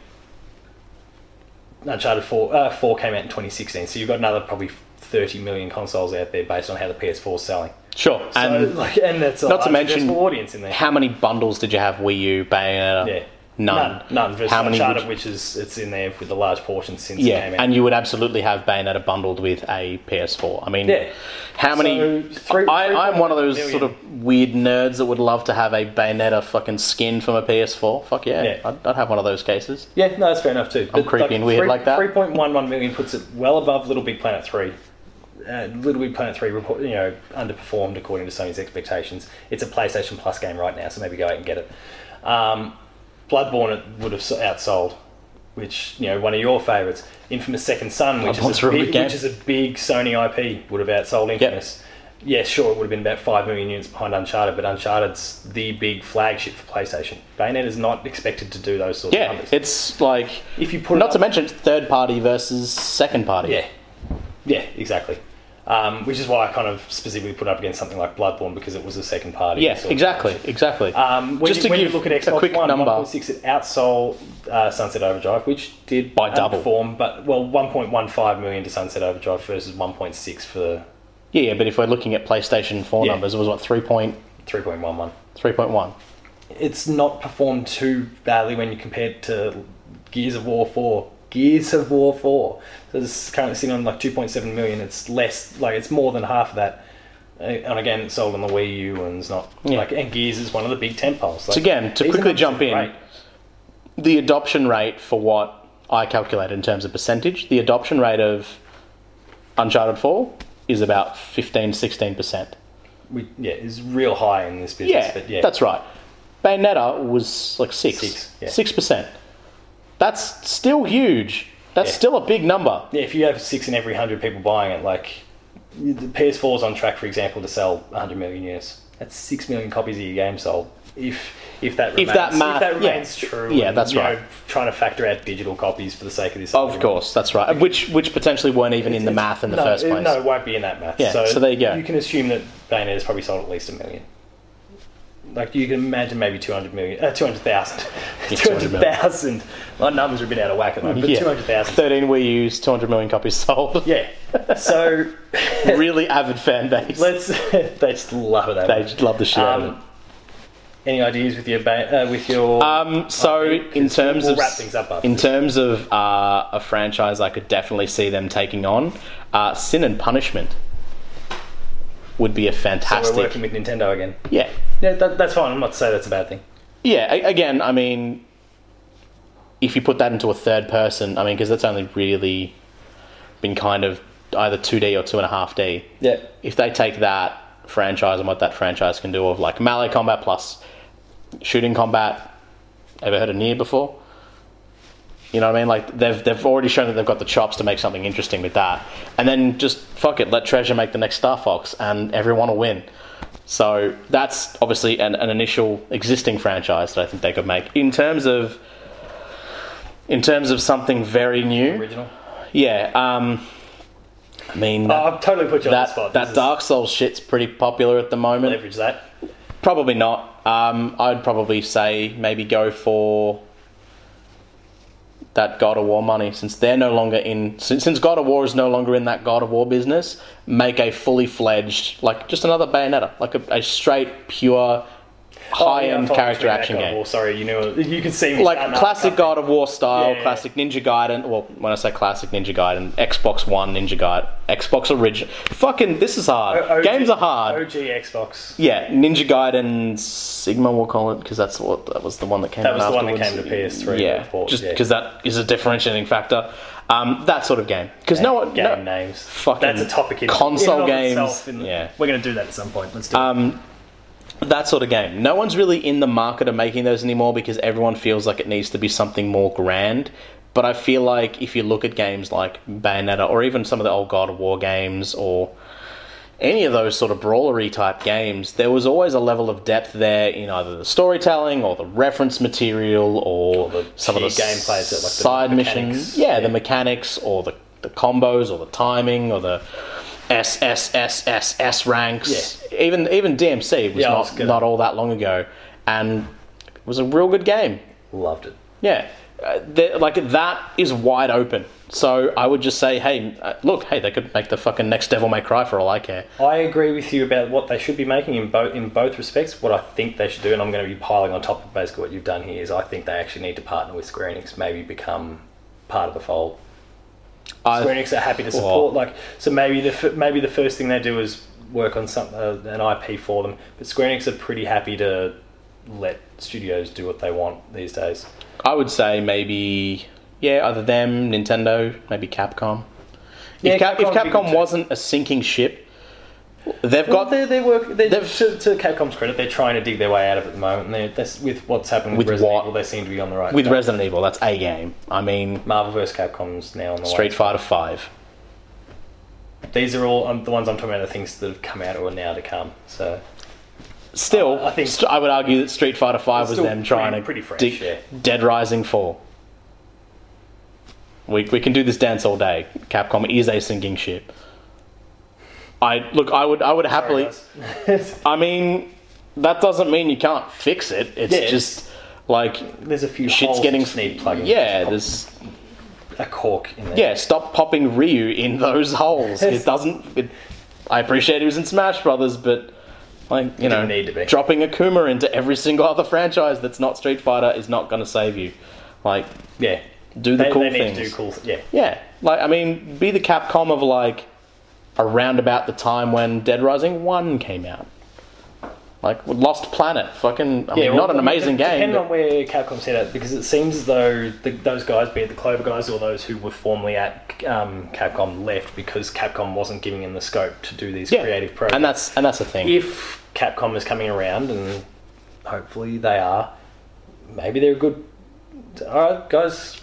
Speaker 1: Uncharted four uh, four came out in twenty sixteen, so you've got another probably thirty million consoles out there based on how the PS4 is selling.
Speaker 2: Sure,
Speaker 1: So,
Speaker 2: and
Speaker 1: like, and that's a
Speaker 2: not to
Speaker 1: large
Speaker 2: mention-
Speaker 1: addressable audience in there.
Speaker 2: How many bundles did you have? Wii U, Bayonetta?
Speaker 1: yeah,
Speaker 2: None.
Speaker 1: none, none versus
Speaker 2: How many would
Speaker 1: Uncharted,
Speaker 2: you-
Speaker 1: which is it's in there with a large portion since
Speaker 2: Yeah,
Speaker 1: it came out.
Speaker 2: and you would absolutely have Bayonetta bundled with a PS4. I mean,
Speaker 1: Yeah.
Speaker 2: how many?
Speaker 1: So, three-
Speaker 2: I, I'm one of those
Speaker 1: 3.1
Speaker 2: sort of weird nerds that would love to have a Bayonetta fucking skin from a PS4. Fuck yeah,
Speaker 1: Yeah.
Speaker 2: I'd, I'd have one of those cases.
Speaker 1: Yeah, no, that's fair enough too. I'm
Speaker 2: creepy and weird like that.
Speaker 1: Three point one one million puts it well above Little Big Planet three. Uh, Little Big Planet three, report, you know, underperformed according to Sony's expectations. It's a PlayStation Plus game right now, so maybe go out and get it. Um, Bloodborne it would have s- outsold, which you know, one of your favourites, Infamous Second Son, which
Speaker 2: Bloodborne's
Speaker 1: is
Speaker 2: a
Speaker 1: a
Speaker 2: really
Speaker 1: big,
Speaker 2: good
Speaker 1: which is a big Sony IP, would have outsold Infamous. Yeah, sure, it would have been about five million units behind Uncharted, but Uncharted's the big flagship for PlayStation. Bayonetta's not expected to do those sorts of
Speaker 2: Yeah,
Speaker 1: numbers.
Speaker 2: it's like
Speaker 1: If you put
Speaker 2: not
Speaker 1: it
Speaker 2: to mention it's third party versus second party.
Speaker 1: Yeah, yeah, exactly. Um, which is why I kind of specifically put it up against something like Bloodborne because it was a second party.
Speaker 2: yeah,
Speaker 1: sort of
Speaker 2: exactly,
Speaker 1: thing.
Speaker 2: exactly.
Speaker 1: Um, when
Speaker 2: Just
Speaker 1: you,
Speaker 2: to
Speaker 1: when you
Speaker 2: give
Speaker 1: look at
Speaker 2: a
Speaker 1: Xbox
Speaker 2: quick
Speaker 1: One,
Speaker 2: number.
Speaker 1: 1.6, it outsold uh, Sunset Overdrive, which did
Speaker 2: By double.
Speaker 1: perform, but well, 1.15 million to Sunset Overdrive versus 1.6 for
Speaker 2: yeah, yeah, but if we're looking at PlayStation Four
Speaker 1: Yeah.
Speaker 2: numbers, it was what three point
Speaker 1: 3.11.
Speaker 2: three point one.
Speaker 1: It's not performed too badly when you compare it to Gears of War 4. Gears of War 4. So it's currently sitting on like 2.7 million. It's less, like, it's more than half of that. Uh, And again, it's sold on the Wii U and it's not,
Speaker 2: Yeah.
Speaker 1: like, and Gears is one of the big tentpoles. Like,
Speaker 2: So again, to
Speaker 1: these
Speaker 2: quickly
Speaker 1: numbers
Speaker 2: jump
Speaker 1: are
Speaker 2: in,
Speaker 1: great.
Speaker 2: the adoption rate for what I calculate in terms of percentage, the adoption rate of Uncharted 4 is about 15 16%.
Speaker 1: we, yeah, is real high in this business.
Speaker 2: Yeah,
Speaker 1: but yeah.
Speaker 2: that's right. Bayonetta was like 6
Speaker 1: Six, yeah.
Speaker 2: 6%. That's still huge. That's
Speaker 1: Yeah.
Speaker 2: still a big number.
Speaker 1: Yeah, if you have six in every hundred people buying it, like the PS4 is on track, for example, to sell 100 million units. That's six million copies of your game sold. If if that remains,
Speaker 2: that math- yeah.
Speaker 1: remains true,
Speaker 2: Yeah,
Speaker 1: and,
Speaker 2: that's
Speaker 1: you know,
Speaker 2: right.
Speaker 1: trying to factor out digital copies for the sake of this,
Speaker 2: Of course, that's right. Which which potentially weren't even in the math in the
Speaker 1: no,
Speaker 2: first
Speaker 1: it-
Speaker 2: place.
Speaker 1: No, it won't be in that math.
Speaker 2: Yeah,
Speaker 1: so,
Speaker 2: so there you go.
Speaker 1: You can assume that Bayonetta's probably sold at least a million. Like you can imagine, maybe two hundred million, uh, two hundred thousand,
Speaker 2: Yeah,
Speaker 1: two
Speaker 2: 200
Speaker 1: hundred
Speaker 2: million.
Speaker 1: thousand. My numbers are a bit out of whack at the moment, but
Speaker 2: Yeah.
Speaker 1: two hundred thousand.
Speaker 2: 13 Wii U's, 200 million copies sold.
Speaker 1: Yeah. So
Speaker 2: really avid fan base.
Speaker 1: Let's. they just love it.
Speaker 2: they
Speaker 1: They
Speaker 2: just love the shit out of it.
Speaker 1: um, any ideas with your ba- uh, with your?
Speaker 2: Um, so
Speaker 1: think
Speaker 2: in
Speaker 1: 'cause we'll-
Speaker 2: terms
Speaker 1: we'll
Speaker 2: of
Speaker 1: wrap things up after
Speaker 2: in
Speaker 1: this.
Speaker 2: terms of uh, a franchise, I could definitely see them taking on uh, Sin and Punishment. Would be a
Speaker 1: so we're
Speaker 2: fantastic,
Speaker 1: working with Nintendo again.
Speaker 2: yeah,
Speaker 1: Yeah, that, that's fine. I'm not to say that's a bad thing.
Speaker 2: Yeah, a- again, I mean, if you put that into a third person, I mean, because that's only really been kind of either 2D or 2.5D.
Speaker 1: Yeah.
Speaker 2: If they take that franchise and what that franchise can do of like melee combat plus shooting combat, ever heard of Nier before? You know what I mean? Like they've they've already shown that they've got the chops to make something interesting with that, and then just fuck it, let Treasure make the next Star Fox, and everyone will win. So that's obviously an, an initial existing franchise that I think they could make in terms of in terms of something very new.
Speaker 1: Original.
Speaker 2: Yeah, um, I mean
Speaker 1: Oh, I've totally put you on the
Speaker 2: that,
Speaker 1: spot.
Speaker 2: that
Speaker 1: This is-
Speaker 2: Dark Souls shit's pretty popular at the moment.
Speaker 1: leverage that.
Speaker 2: Probably not. Um, I'd probably say maybe go for that God of War money since they're no longer in since, since God of War is no longer in that God of War business. Make a fully fledged like just another Bayonetta, like a, a straight pure high
Speaker 1: Oh, yeah, I
Speaker 2: end
Speaker 1: thought
Speaker 2: character
Speaker 1: between that
Speaker 2: action
Speaker 1: God of
Speaker 2: game
Speaker 1: War, sorry, you know, you could see me
Speaker 2: like
Speaker 1: starting up.
Speaker 2: classic God of War style,
Speaker 1: Yeah, yeah,
Speaker 2: classic Ninja Gaiden. Well, when I say classic Ninja Gaiden, Xbox One Ninja Gaiden, Xbox original. Fucking, this is hard.
Speaker 1: O- OG
Speaker 2: Games are hard.
Speaker 1: OG Xbox.
Speaker 2: Yeah, Ninja Gaiden Sigma, we'll call it, because that's what that was the one that came.
Speaker 1: That
Speaker 2: out
Speaker 1: was the one that
Speaker 2: afterwards.
Speaker 1: came to PS3
Speaker 2: Yeah,
Speaker 1: with port,
Speaker 2: just
Speaker 1: yeah.
Speaker 2: because that is a differentiating factor. Um, that sort of game, because no one
Speaker 1: Game
Speaker 2: no,
Speaker 1: names.
Speaker 2: fucking
Speaker 1: That's a topic in in and
Speaker 2: console
Speaker 1: of
Speaker 2: games,
Speaker 1: itself in the-
Speaker 2: yeah. Um,
Speaker 1: we're going to do that at some point. Let's do it.
Speaker 2: that sort of game. No one's really in the market of making those anymore because everyone feels like it needs to be something more grand. But I feel like if you look at games like Bayonetta or even some of the old God of War games or any of those sort of brawlery type games, there was always a level of depth there in either the storytelling or the reference material or,
Speaker 1: the
Speaker 2: some of the
Speaker 1: key gameplay, so like the
Speaker 2: side missions.
Speaker 1: mechanics.
Speaker 2: Yeah,
Speaker 1: Yeah.
Speaker 2: the mechanics or the, the combos or the timing or the S S S S S ranks. Even even DMC was
Speaker 1: Yeah, I was
Speaker 2: not
Speaker 1: gonna-
Speaker 2: not all that long ago, and it was a real good game.
Speaker 1: Loved it.
Speaker 2: Yeah, uh, there- like that is wide open. So I would just say, hey, uh, look, hey, they could make the fucking next Devil May Cry for all I care.
Speaker 1: I agree with you about what they should be making in both in both respects. What I think they should do, and I'm going to be piling on top of basically what you've done here, is I think they actually need to partner with Square Enix, maybe become part of the fold. Square
Speaker 2: I,
Speaker 1: Enix are happy to support. Like, so maybe the f- maybe the first thing they do is work on some uh, an IP for them. But Square Enix are pretty happy to let studios do what they want these days.
Speaker 2: I would say maybe yeah, either them, Nintendo, maybe Capcom.
Speaker 1: Yeah,
Speaker 2: if, Cap-
Speaker 1: Capcom
Speaker 2: if
Speaker 1: would be good
Speaker 2: Capcom
Speaker 1: too.
Speaker 2: wasn't a sinking ship, they've
Speaker 1: Well,
Speaker 2: got
Speaker 1: they they work. They,
Speaker 2: They've-
Speaker 1: to, to Capcom's credit, they're trying to dig their way out of it at the moment. And they're, that's with what's happened with,
Speaker 2: With
Speaker 1: Resident
Speaker 2: what?
Speaker 1: Evil. They seem to be on the right.
Speaker 2: with
Speaker 1: track.
Speaker 2: Resident Evil. That's a game. I mean,
Speaker 1: Marvel vs. Capcom's now on the
Speaker 2: Street Fighter Five.
Speaker 1: way. These are all um, the ones I'm talking about. The things that have come out or are now to come. So
Speaker 2: Still,
Speaker 1: I- I
Speaker 2: I
Speaker 1: think-
Speaker 2: think I would argue that Street Fighter Five was
Speaker 1: still
Speaker 2: them trying
Speaker 1: pretty-
Speaker 2: to
Speaker 1: pretty fresh,
Speaker 2: dig-
Speaker 1: yeah.
Speaker 2: Dead Rising Four. We we can do this dance all day. Capcom is a sinking ship. I look. I would. I would happily.
Speaker 1: guys.
Speaker 2: I mean, that doesn't mean you can't fix it. It's
Speaker 1: Yeah, it's-
Speaker 2: just like
Speaker 1: there's a few
Speaker 2: shit's
Speaker 1: holes
Speaker 2: getting
Speaker 1: that just need plugging.
Speaker 2: Yeah, there's
Speaker 1: a cork in there.
Speaker 2: yeah, stop popping Ryu in those holes. It doesn't. It, I appreciate he was in Smash Brothers, but like you know,
Speaker 1: didn't need to be.
Speaker 2: dropping Akuma into every single other franchise that's not Street Fighter is not going to save you. Like,
Speaker 1: yeah.
Speaker 2: do the
Speaker 1: they,
Speaker 2: cool
Speaker 1: they need
Speaker 2: things.
Speaker 1: to do cool. th- Yeah.
Speaker 2: Yeah, like I mean, be the Capcom of like around about the time when Dead Rising One came out. Like Lost Planet, fucking. I mean,
Speaker 1: well,
Speaker 2: not an
Speaker 1: I mean,
Speaker 2: amazing
Speaker 1: de-
Speaker 2: game.
Speaker 1: Depending
Speaker 2: but-
Speaker 1: on where Capcom's headed, because it seems as though the, those guys, be it the Clover guys or those who were formerly at um, Capcom, left because Capcom wasn't giving them the scope to do these
Speaker 2: yeah,
Speaker 1: creative projects.
Speaker 2: and that's and that's the thing.
Speaker 1: if Capcom is coming around, and hopefully they are, maybe they're a good. All right, guys,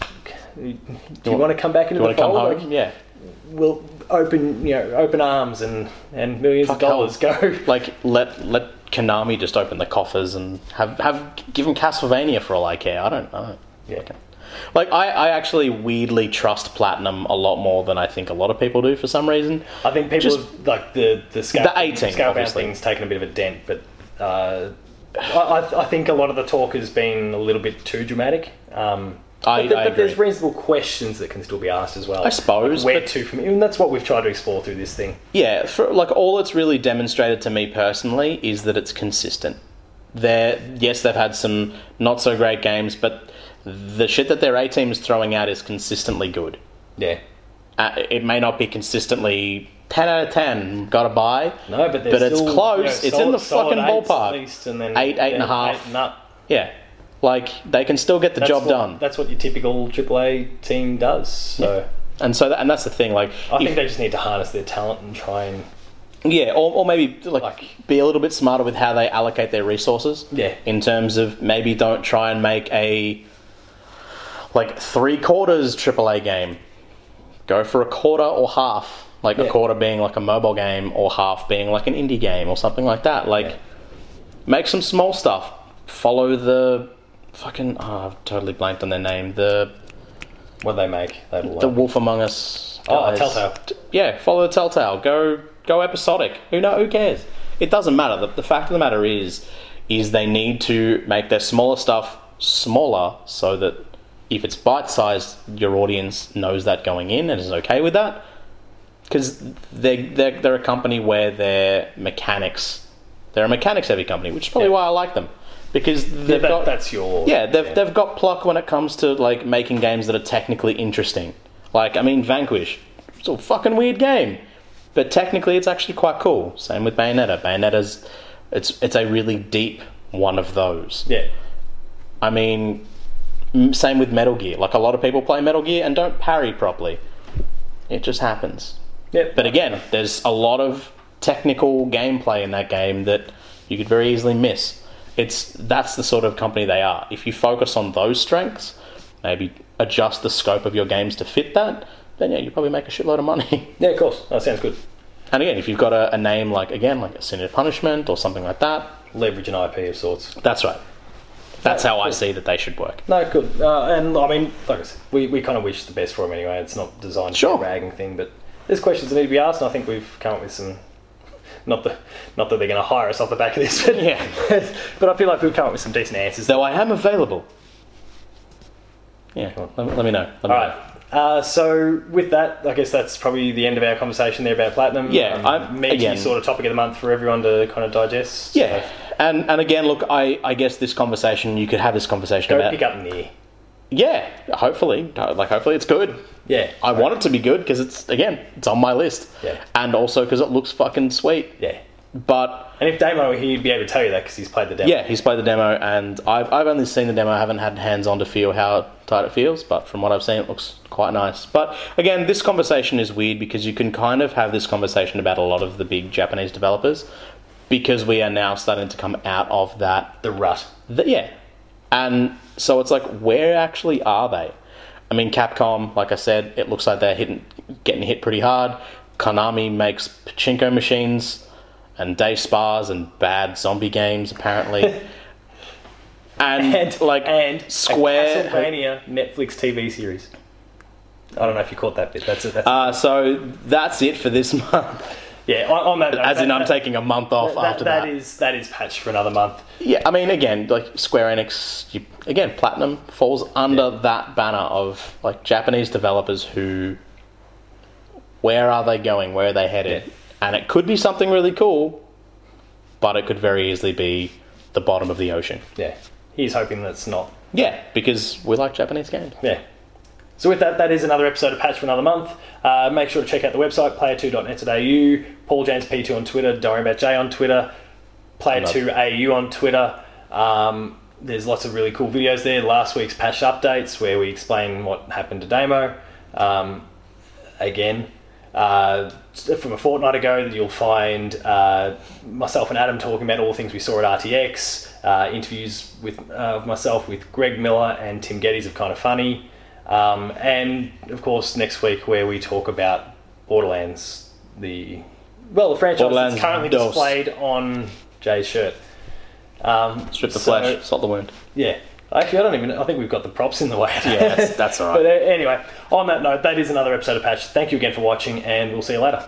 Speaker 1: do you,
Speaker 2: want-
Speaker 1: want to come back into
Speaker 2: you want
Speaker 1: the
Speaker 2: to come
Speaker 1: fold?
Speaker 2: home?
Speaker 1: Like,
Speaker 2: yeah.
Speaker 1: We'll open, you know, open arms and and millions of
Speaker 2: Fuck hell.
Speaker 1: dollars go.
Speaker 2: like let let Konami just open the coffers and have have given Castlevania for all I care. I don't know.
Speaker 1: Yeah.
Speaker 2: Like I, I actually weirdly trust Platinum a lot more than I think a lot of people do for some reason.
Speaker 1: I think people
Speaker 2: Just-
Speaker 1: have, like the the scale
Speaker 2: The 18,
Speaker 1: scale bound
Speaker 2: obviously.
Speaker 1: thing's taken a bit of a dent, but uh, I, I, I think a lot of the talk has been a little bit too dramatic. Um, but,
Speaker 2: I-
Speaker 1: th-
Speaker 2: I
Speaker 1: but there's
Speaker 2: agree.
Speaker 1: reasonable questions that can still be asked as well.
Speaker 2: I suppose,
Speaker 1: where
Speaker 2: but-
Speaker 1: to from, and that's what we've tried to explore through this thing.
Speaker 2: Yeah, for, like all it's really demonstrated to me personally is that it's consistent. They're yes, they've had some not so great games, but the shit that their A team is throwing out is consistently good.
Speaker 1: Yeah,
Speaker 2: uh, it may not be consistently ten out of ten. Got to buy.
Speaker 1: No, but they're
Speaker 2: But it's
Speaker 1: still,
Speaker 2: close.
Speaker 1: you know,
Speaker 2: It's in
Speaker 1: solid-
Speaker 2: the
Speaker 1: solid
Speaker 2: fucking
Speaker 1: eights
Speaker 2: ballpark.
Speaker 1: At least, and then
Speaker 2: Eight, eight and a
Speaker 1: then
Speaker 2: half.
Speaker 1: eight and up.
Speaker 2: Yeah, like they can still get the
Speaker 1: That's
Speaker 2: job
Speaker 1: what-
Speaker 2: done.
Speaker 1: That's what your typical AAA team does. So
Speaker 2: And so that, and that's the thing. Like
Speaker 1: I
Speaker 2: if-
Speaker 1: think they just need to harness their talent and try and
Speaker 2: Yeah, or, or maybe like,
Speaker 1: Like-
Speaker 2: be a little bit smarter with how they allocate their resources.
Speaker 1: Yeah.
Speaker 2: In terms of maybe don't try and make a like three quarters AAA game. Go for a quarter or half. Like a
Speaker 1: Yeah.
Speaker 2: quarter being like a mobile game or half being like an indie game or something like that. Like
Speaker 1: Yeah.
Speaker 2: make some small stuff. Follow the fucking oh, I've totally blanked on their name. The
Speaker 1: what they make. They will
Speaker 2: the Wolf Among Us.
Speaker 1: Oh,
Speaker 2: guys.
Speaker 1: Telltale.
Speaker 2: T- Yeah, follow the Telltale. Go go episodic. Who know? Who cares? It doesn't matter. The, the fact of the matter is, is they need to make their smaller stuff smaller so that if it's bite sized, your audience knows that going in and is okay with that. Because they they're, they're a company where they're mechanics. They're a mechanics heavy company, which is probably
Speaker 1: Yeah.
Speaker 2: why I like them. Because they've
Speaker 1: that,
Speaker 2: got
Speaker 1: that's your
Speaker 2: yeah, they've, they've got pluck when it comes to like making games that are technically interesting. Like, I mean, Vanquish, it's a fucking weird game, but technically it's actually quite cool. Same with Bayonetta. Bayonetta's it's it's a really deep one of those.
Speaker 1: yeah.
Speaker 2: I mean, m- same with Metal Gear. Like a lot of people play Metal Gear and don't parry properly. It just happens.
Speaker 1: Yeah,
Speaker 2: But again, there's a lot of technical gameplay in that game that you could very easily miss. It's that's the sort of company they are. If you focus on those strengths, maybe adjust the scope of your games to fit that, then yeah, you probably make a shitload of money.
Speaker 1: yeah, of course. That sounds good.
Speaker 2: and again, if you've got a, a name like again like a sin of punishment or something like that,
Speaker 1: Leverage an IP of sorts.
Speaker 2: that's right. That's how I see that they should work.
Speaker 1: No, good. Uh, and I mean, like I said, we, we kind of wish the best for him anyway. It's not designed to
Speaker 2: Sure.
Speaker 1: be a ragging thing, but there's questions that need to be asked, and I think we've come up with some. Not that, not that they're going to hire us off the back of this, but,
Speaker 2: Yeah.
Speaker 1: but I feel like we've come up with some decent answers.
Speaker 2: Though I am available. Yeah, let, me- let me know. Let
Speaker 1: All
Speaker 2: me know.
Speaker 1: right. Uh, so with that, I guess that's probably the end of our conversation there about platinum. Um,
Speaker 2: Yeah, I'm-
Speaker 1: meaty
Speaker 2: again-
Speaker 1: sort of topic of the month for everyone to kind of digest. So
Speaker 2: Yeah, and and again, look, I I guess this conversation you could have this conversation
Speaker 1: go
Speaker 2: about.
Speaker 1: pick up near.
Speaker 2: Yeah, hopefully, like hopefully it's good.
Speaker 1: Yeah,
Speaker 2: I want it to be good because it's again, it's on my list.
Speaker 1: Yeah.
Speaker 2: and also because it looks fucking sweet.
Speaker 1: yeah.
Speaker 2: But
Speaker 1: And if Damon were here, he'd be able to tell you that because he's played the demo.
Speaker 2: yeah, he's played the demo, and I've I've only seen the demo. I haven't had hands on to feel how tight it feels, but from what I've seen, it looks quite nice. But again, this conversation is weird because you can kind of have this conversation about a lot of the big Japanese developers because we are now starting to come out of that
Speaker 1: the rut.
Speaker 2: Th yeah. And so it's like, where actually are they? I mean, Capcom, like I said, it looks like they're hitting, getting hit pretty hard. Konami makes pachinko machines and day spas and bad zombie games, apparently. and, like,
Speaker 1: and a
Speaker 2: Square.
Speaker 1: Castlevania Netflix TV series. I don't know if you caught that bit. That's it. That's
Speaker 2: Uh, so that's it for this month.
Speaker 1: yeah. On, on that, note,
Speaker 2: As
Speaker 1: that,
Speaker 2: in, I'm
Speaker 1: that-
Speaker 2: taking a month off
Speaker 1: that-
Speaker 2: after that.
Speaker 1: That is that is patched for another month.
Speaker 2: Yeah, I mean, again, like Square Enix, you, again, Platinum falls under that banner of like Japanese developers who, where are they going? Where are they headed?
Speaker 1: Yeah.
Speaker 2: And it could be something really cool, but it could very easily be the bottom of the ocean.
Speaker 1: Yeah. He's hoping that's not
Speaker 2: Yeah, because we like Japanese games.
Speaker 1: Yeah. So with that, that is another episode of Patch for another month. Uh, make sure to check out the website, player2.net.au, Paul James P2 on Twitter, Dorian Bat J on Twitter, Player2AU on Twitter. Um, there's lots of really cool videos there. Last week's patch updates where we explain what happened to Damo. Um, again, uh, from a fortnight ago, you'll find uh, myself and Adam talking about all the things we saw at RTX, uh, interviews with uh, of myself with Greg Miller and Tim Geddes of Kind of Funny, um, and of course next week where we talk about Borderlands, the well, the franchise
Speaker 2: Borderlands
Speaker 1: that's currently
Speaker 2: dos.
Speaker 1: displayed on Jay's shirt. Um,
Speaker 2: Strip the
Speaker 1: so-
Speaker 2: flesh, salt the wound.
Speaker 1: yeah. Actually, I don't even. I think we've got the props in the way.
Speaker 2: Yeah, that's- that's all right.
Speaker 1: but uh, anyway, on that note, that is another episode of Patch. Thank you again for watching, and we'll see you later.